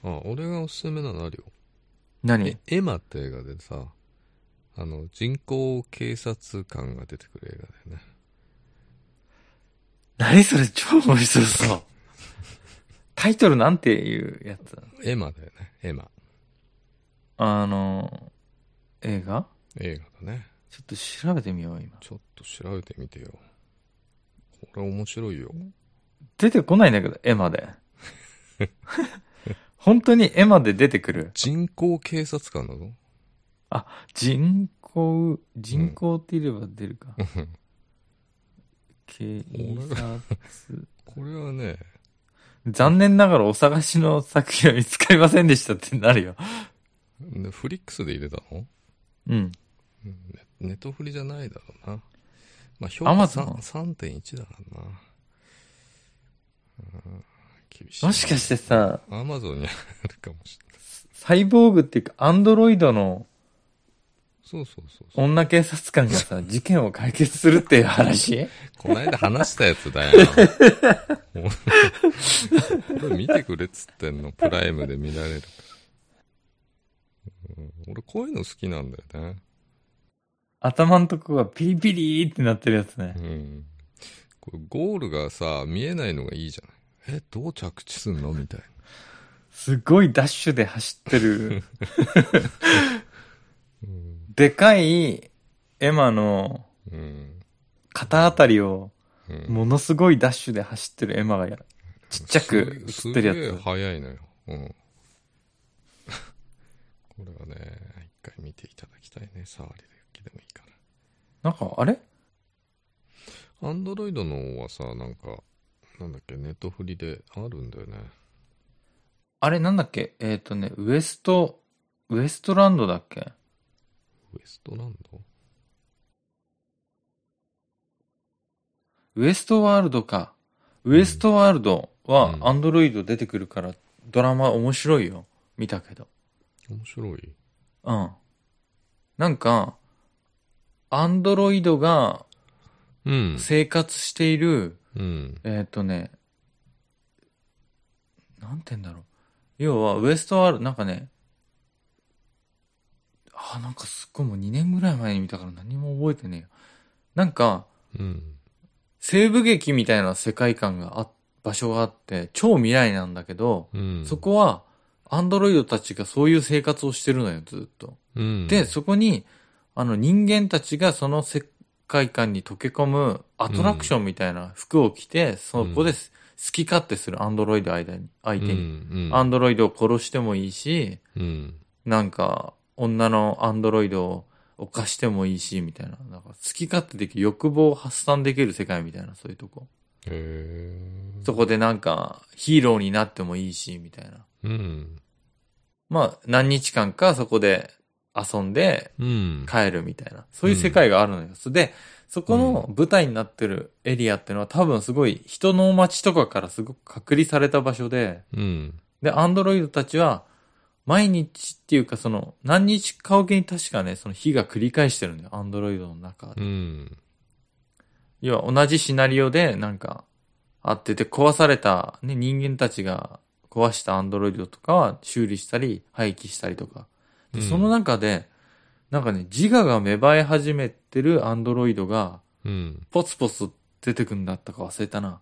A: あ俺がおすすめなのあるよ
B: 何
A: えエマって映画でさあの人工警察官が出てくる映画だよね
B: 何それ超面白そう。 (laughs) タイトルなんていうやつ
A: エマだよねエマ
B: あの、映画
A: 映画だね
B: ちょっと調べてみよう、今。
A: ちょっと調べてみてよこれ面白いよ
B: 出てこないんだけど、絵まで。本当に絵まで出てくる。
A: 人工警察官だぞ
B: 人工、人工って言えば出るか。警察。
A: これはね
B: 残念ながらお探しの作品は見つかりませんでしたってなるよ。
A: ねフリックスで入れたの
B: うん。
A: ネネットフリじゃないだろうな。まあ、評
B: Amazon
A: 価さん3.1だからな。うん、厳しい。
B: もしかしてさ、
A: アマゾンにあるかもしれない。
B: サイボーグっていうか、アンドロイドの
A: そうそうそうそう。
B: 女警察官がさ、事件を解決するっていう話
A: この間話したやつだ (laughs) よ。これ見てくれっつってんの。プライムで見られるから。うん、俺こういうの好きなんだよね。
B: 頭んとこがピリピリーってなってるやつね
A: う。ん。これゴールがさ、見えないのがいいじゃない。え、どう着地すんのみたいな。
B: すごいダッシュで走ってる。
A: うん。
B: でかいエマの
A: うん。
B: 肩あたりを
A: うん
B: ものすごいダッシュで走ってるエマがやちっちゃく映ってる
A: すげ
B: や
A: え
B: つ。
A: 早いのよ。うん。 (laughs) これはね、一回見ていただきたいね。触りだけでもいいか
B: なんかあれ
A: ら。アンドロイドのはさ、なんか、なんだっけ、ネットフリであるんだよね。
B: あれなんだっけえっ、とね、ウエスト、ウエストランドだっけ
A: ウエストランド
B: ウエストワールドか。ウエストワールドは
A: うん
B: アンドロイド出てくるからドラマ面白いよ。見たけど。
A: 面白い。
B: うん。なんか、アンドロイドが
A: うん。
B: 生活している、
A: うん。
B: えーっとね、なんて言うんだろう。要は、ウエストワールド、なんかね、あ、なんかすっごいもう2年ぐらい前に見たから何も覚えてねえよ。なんか、
A: うん。
B: 西部劇みたいな世界観があ、場所があって、超未来なんだけど、
A: うん。
B: そこは、アンドロイドたちがそういう生活をしてるのよ、ずっと。
A: うん。
B: で、そこに、あの人間たちがその世界観に溶け込むアトラクションみたいな服を着て、そこで好き勝手するアンドロイド間に相手
A: う
B: に。
A: ん。うん。
B: アンドロイドを殺してもいいし、
A: うん。
B: なんか女のアンドロイドを犯してもいいし、みたいな。なんか好き勝手できる、欲望を発散できる世界みたいな、そういうとこ。
A: へえ。
B: そこでなんかヒーローになってもいいし、みたいな。
A: うん。
B: まあ何日間かそこで遊んで、
A: うん。
B: 帰るみたいな。そういう世界があるのよ。で、そこの舞台になってるエリアっていうのは多分すごい人の街とかからすごく隔離された場所で、
A: うん。
B: で、アンドロイドたちは毎日っていうかその何日かおけに確かね、その日が繰り返してるんだよ。アンドロイドの中
A: う
B: で。
A: ん。
B: 要は同じシナリオでなんかあってて壊されたね、人間たちが壊したアンドロイドとかは修理したり廃棄したりとか
A: うん
B: その中で、なんかね、自我が芽生え始めてるアンドロイドが、
A: うん。
B: ポツポツ出てくんだったか忘れたな。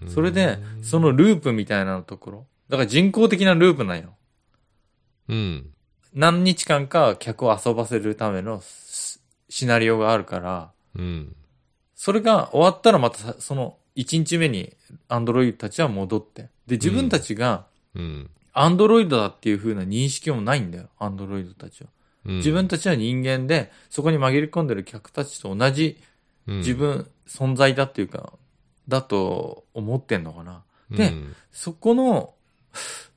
A: うん
B: それで、そ、のループみたいなのところ。だから人工的なループなんよ。
A: うん。
B: 何日間か客を遊ばせるためのスシナリオがあるから、
A: うん。
B: それが終わったらまたさその1日目にアンドロイドたちは戻って。で、自分たちが
A: うん。
B: アンドロイドだっていう風な認識もないんだよ。アンドロイドたちは。
A: うん
B: 自分、たちは人間で、そこに紛れ込んでる客たちと同じ
A: うん
B: 自、分、存在だっていうか、だと思ってんのかな。
A: う
B: で
A: ん
B: そこの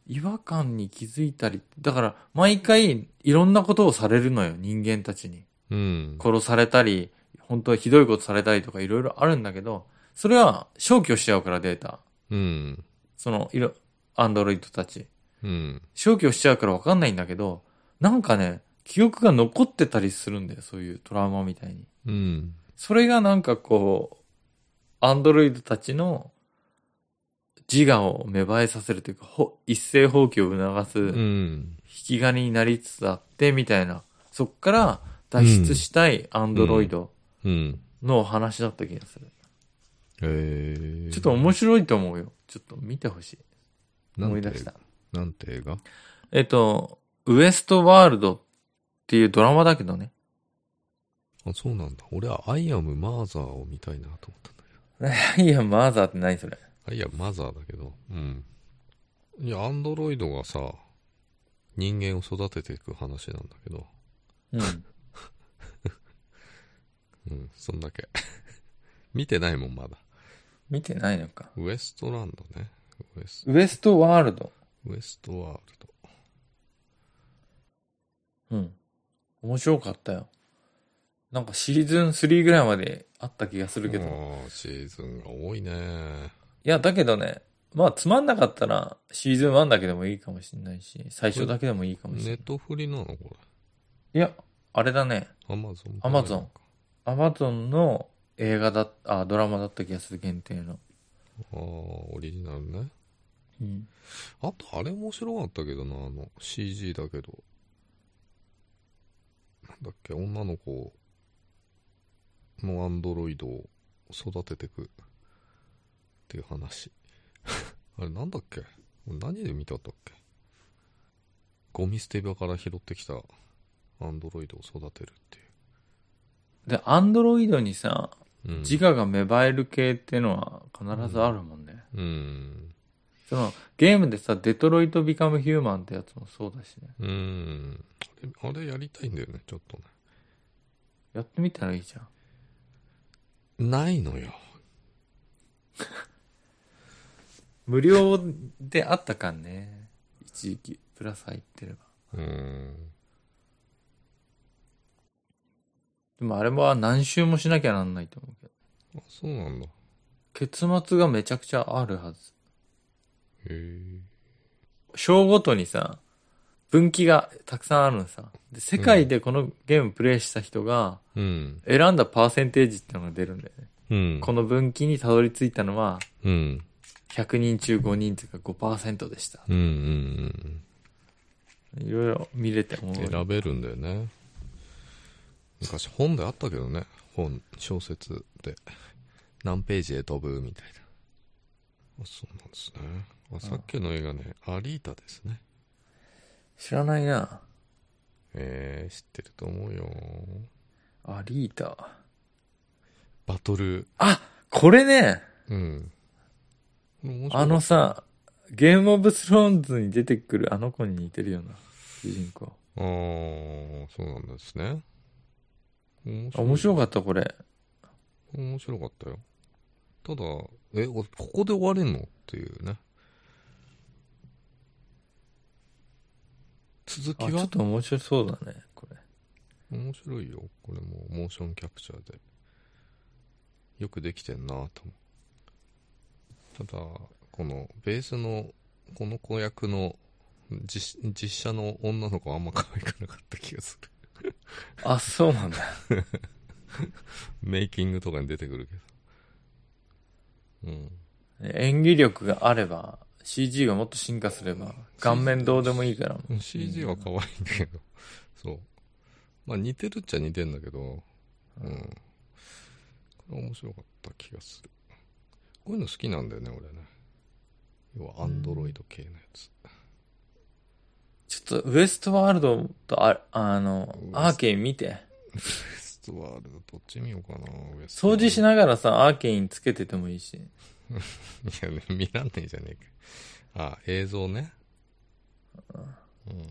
B: 違和感に気づいたり、だから毎回いろんなことをされるのよ、人間たちに。
A: うん。
B: 殺されたり、本当はひどいことされたりとかいろいろあるんだけど、それは消去しちゃうからデータ。
A: うん。
B: その、いろ、アンドロイドたち。
A: うん。
B: 消去しちゃうからわかんないんだけど、なんかね、記憶が残ってたりするんだよ、そういうトラウマみたいに。
A: うん。
B: それがなんかこう、アンドロイドたちの自我を芽生えさせるというか、ほ一斉放棄を促す
A: う
B: 引
A: ん。
B: き金になりつつあって、みたいな。そっから脱出したいアンドロイド
A: うん。
B: のお話だった気がする。
A: えー、
B: ちょっと面白いと思うよ。ちょっと見てほしい。
A: なんて
B: 思い出した。。
A: なんて映画
B: えっと、ウエストワールドっていうドラマだけどね。 (laughs)
A: あ、そうなんだ。俺はアイアムマーザーを見たいなと思ったんだけ
B: いや、マザーって何それ。
A: ど。アイアムマザーだけど。うん。いや、アンドロイドがさ、人間を育てていく話なんだけど。
B: うん。
A: うん、そんだけ。 (laughs) 見てないもん、まだ。
B: 見てないのか。
A: ウエストランドね。ウエス
B: ウエストワールド。
A: ウエストワールド。
B: うん。面白かったよ。なんかシーズン3ぐらいまであった気がするけど。い
A: ああ、シーズンが多いね。
B: や、だけどね、まあつまんなかったらシーズン1だけでもいいかもしれないし、最初だけでもいいかもしれ
A: ネ
B: な
A: ッ
B: い。
A: トフリなのこれ。
B: いや、あれだね、
A: アマゾン。
B: Amazon アマゾンの映画だあ、ドラマだった気がする限定の。
A: ああ、オリジナルね。
B: うん。
A: あと、あれ面白かったけどな、あの、CG だけど。なんだっけ、女の子のアンドロイドを育ててくっていう話。 (laughs) あれ、なんだっけ何で見たんだっけゴミ捨て場から拾ってきたアンドロイドを育てるっていう。
B: で、アンドロイドにさ、
A: うん、
B: 自我が芽生える系っていうのは必ずあるもんね。
A: うん。
B: その、ゲームでさ、デトロイト・ビカム・ヒューマンってやつもそうだしね。
A: うん。あれ、あれやりたいんだよね、ちょっとね。
B: やってみたらいいじゃん。
A: ないのよ。
B: 無料であったかんね。一時期、プラス入ってれば。
A: うん。
B: でもあれは何周もしなきゃなんないと思うけど。
A: あ、そうなんだ。
B: 結末がめちゃくちゃあるはず。
A: へえ。
B: 章ごとにさ、分岐がたくさんあるのさ。で、世界でこのゲームプレイした人が
A: うん。
B: 選んだパーセンテージってのが出るんだよね。
A: うん。
B: この分岐にたどり着いたのは、
A: うん。
B: 100人中5人というか5%でした。
A: うんうん
B: いろいろ見れて思
A: うん。
B: う。
A: 選べるんだよね。昔本であったけどね。本、小説で。何ページへ飛ぶみたいな。あそうなんですね。あさっきの映画ね、アリータですね。
B: 知らないな。
A: えー、知ってると思うよ。
B: アリータ。
A: バトル。
B: あ、これね
A: うん。面白かった
B: あの、さ、ゲームオブスローンズに出てくるあの子に似てるよな、主人公。
A: あー、そうなんですね。面
B: あ面白かった、これ。
A: 面白かったよただえおここで終われんのっていうね続
B: あ、
A: き
B: ちょっ
A: が
B: と面白そうだね、これ。
A: 面白いよこれもモーションキャプチャーでよくできてんなと思うただこのベースのこの子役の実実写の女の子はあんま可愛くなかった気がする
B: あ、そうなんだ。
A: メイキングとかに出てくるけどうん
B: 演技力があれば CG がもっと進化すれば、顔面どうでもいいから。
A: うん CG は可愛いんだけど、 (laughs) そう。まあ似てるっちゃ似てんだけど、うん。これ面白かった気がする。こういうの好きなんだよね、俺ね。要はアンドロイド系のやつ。
B: ちょっと、ウエストワールドとあ、あの、アーケイン見て。
A: ウエストワールドどっち見ようかな、ウエストワールド
B: 掃除しながらさ、アーケインつけててもいいし。
A: いや、ね、見らんねえじゃねえか。あ、映像ね。うん。
B: い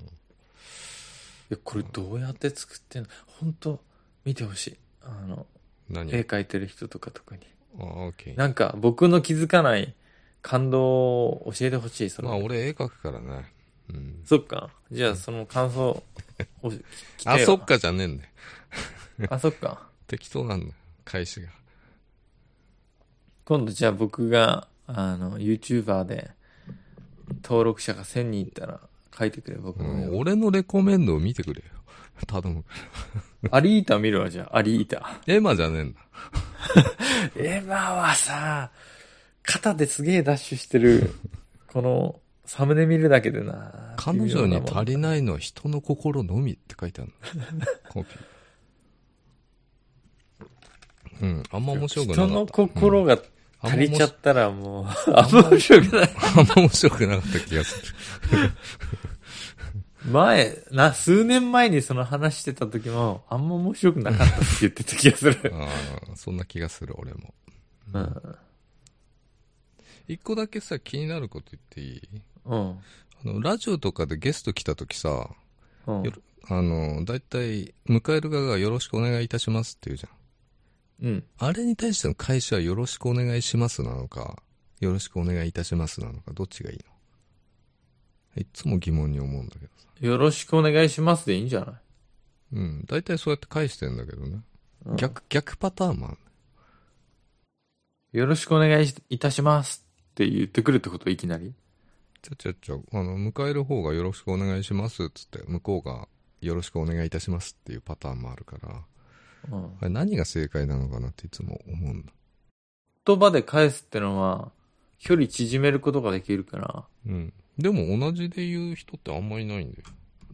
B: や、これどうやって作ってんの本当見てほしい。あの、
A: 何
B: 絵描いてる人とか特に。
A: あ、オッケー。
B: なんか、僕の気づかない感動を教えてほしい、それ。
A: まあ、俺絵描くからね。うん。
B: そっか。じゃあ、その感想を聞きた
A: あ、
B: いわ
A: そっ。かじゃねえんだよ。
B: あ、そっか。
A: 適当なんだよ。返しが。
B: 今度じゃあ僕が、あの、YouTuber で、登録者が1000人いったら、書いてくれ、僕
A: う
B: の絵を。
A: ん、俺のレコメンドを見てくれよ。 (laughs) 頼む。
B: アリータ見るわ、じゃあ、アリータ。
A: エマじゃねえんだ。
B: エヴァはさ、肩ですげえダッシュしてる、この、サムネ見るだけでな。
A: 彼女に足り
B: い。
A: ないのは人の心のみって書いてある
B: (laughs)
A: の。コピー。うん、あんま面白くなか
B: 人
A: った。
B: の心が
A: うん
B: 足りちゃったらもう、あんま面白くない。
A: あんま面白 (laughs) くなかった気がする。
B: (laughs) 前、な、数年前にその話してた時も、あんま面白くなかったって言ってた気がする。
A: ああ、そんな気がする、俺も。
B: (laughs) うん。
A: 一個だけさ、気になること言っていい
B: うん。
A: あの、ラジオとかでゲスト来た時さ、
B: うん
A: よろあの、だいたい、迎える側がよろしくお願いいたしますって言うじゃん。
B: うん。
A: あれに対しての返しはよろしくお願いしますなのか、よろしくお願いいたしますなのか、どっちがいいのいっつも疑問に思うんだけどさ。
B: よろしくお願いしますでいいんじゃない
A: うん、だいたいそうやって返してんだけどね。
B: うん
A: 逆、逆パターンもある。
B: よろしくお願いいたしますって言ってくるってこといきなり
A: ちゃちゃちゃ、あの、迎える方がよろしくお願いしますっつって、向こうがよろしくお願いいたしますっていうパターンもあるから、
B: うん。
A: あれ何が正解なのかなっていつも思うんだ。
B: 言葉で返すってのは、距離縮めることができるから、
A: うん。でも同じで言う人ってあんまりいないんだよ。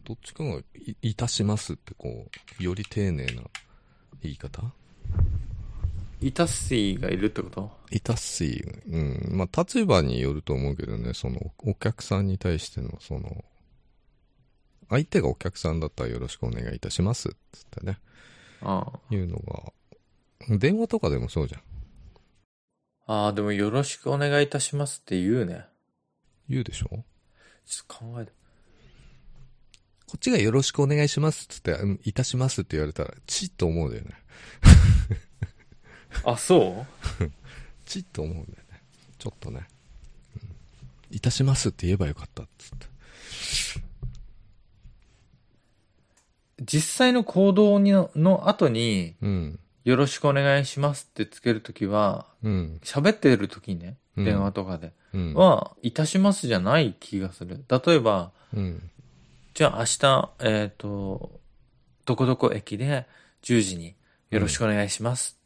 A: どっちかがい、いたしますってこう、より丁寧な言い方
B: イタッシーがいるってこと
A: いたし、うん。まあ、立場によると思うけどね、その、お客さんに対しての、その、相手がお客さんだったらよろしくお願いいたしますっつってね。
B: あ
A: いうのが、電話とかでもそうじゃん。
B: あ。ああ、でもよろしくお願いいたしますって言うね。
A: 言うでしょ
B: ちょっと考えて。
A: こっちがよろしくお願いしますっつって、うんいたしますって言われたら、チッと思うんだよね。
B: あ、そう
A: チッと思うんだよね。ちょっとね。うんいたしますって言えばよかったっつって。
B: 実際の行動にのの後に、
A: うん。
B: よろしくお願いしますってつけるときは、
A: うん。
B: 喋ってるときね、
A: うん
B: 電話とかで、
A: うん。
B: は、いたしますじゃない気がする。例えば、
A: うん。
B: じゃあ明日、えっ、と、どこどこ駅で10時によろしくお願いします。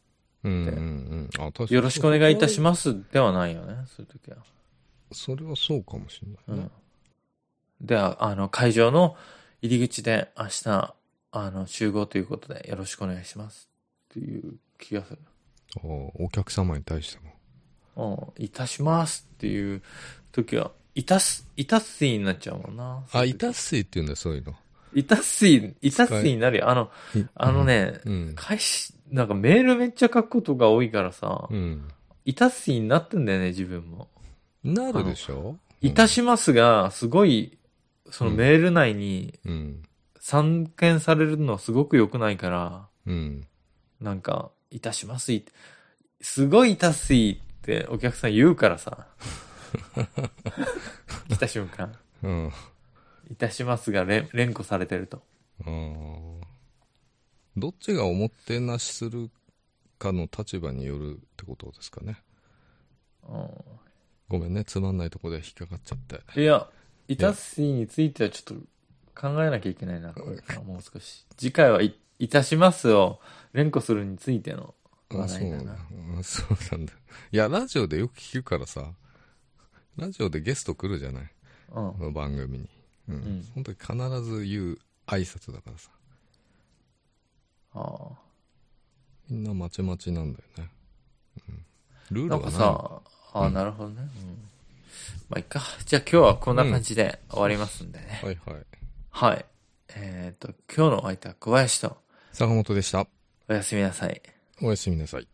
A: うん。うん。うん。あ、確かに。
B: よろしくお願いいたしますではないよね、そういう時は。
A: それはそうかもしれ
B: う
A: ないね、
B: ん。では、あの、会場の入り口で明日、あの、集合ということでよろしくお願いしますっていう気がする。
A: あお客様に対しても。
B: うん、いたしますっていう時は、いたす、いたっすいになっちゃうもんな。
A: あ、いたっすいって言うんだよ、そういうの。
B: いたっすい、いたっすいになるよ。あの、
A: い
B: あの。ね、
A: うん。
B: 返し、なんかメールめっちゃ書くことが多いからさ、
A: うん。
B: いたっすいになってんだよね、自分も。
A: なるでしょ
B: いた、しますが、すごい、そのメール内に
A: うん。
B: 散見されるのはすごく良くないから、
A: うん。
B: なんか、いたしますいって、すごいいたすいってお客さん言うから (laughs) さ。来た瞬間、
A: うん。
B: いたしますが連連呼されてると。
A: うんどっちがおもてなしするかの立場によるってことですかね。
B: う
A: ごめんね、つまんないとこで引っかかっちゃって。
B: ん、いや、いたすいについてはちょっと考えなきゃいけないな、これからもう少し。次回はい、いたしますを連呼するについての話
A: あそう
B: 題だ
A: なんだ
B: な。。
A: うんそうなんだ。いや、ラジオでよく聞くからさ、ラジオでゲスト来るじゃない
B: うん
A: こ。の番組に、うん
B: うん
A: その時必ず言う挨拶だからさ
B: あ
A: みんなまちまちなんだよね、うん、ルー
B: あ。
A: ルはな
B: なんか
A: い
B: さ、ああ、なるほどね。うん。まあ、いっか。じゃあ今日はこんな感じで終わりますんでね。
A: はいはい
B: はい。えっ、と、今日のお相手は小林と、
A: 坂本でした
B: おやすみなさい。
A: おやすみなさい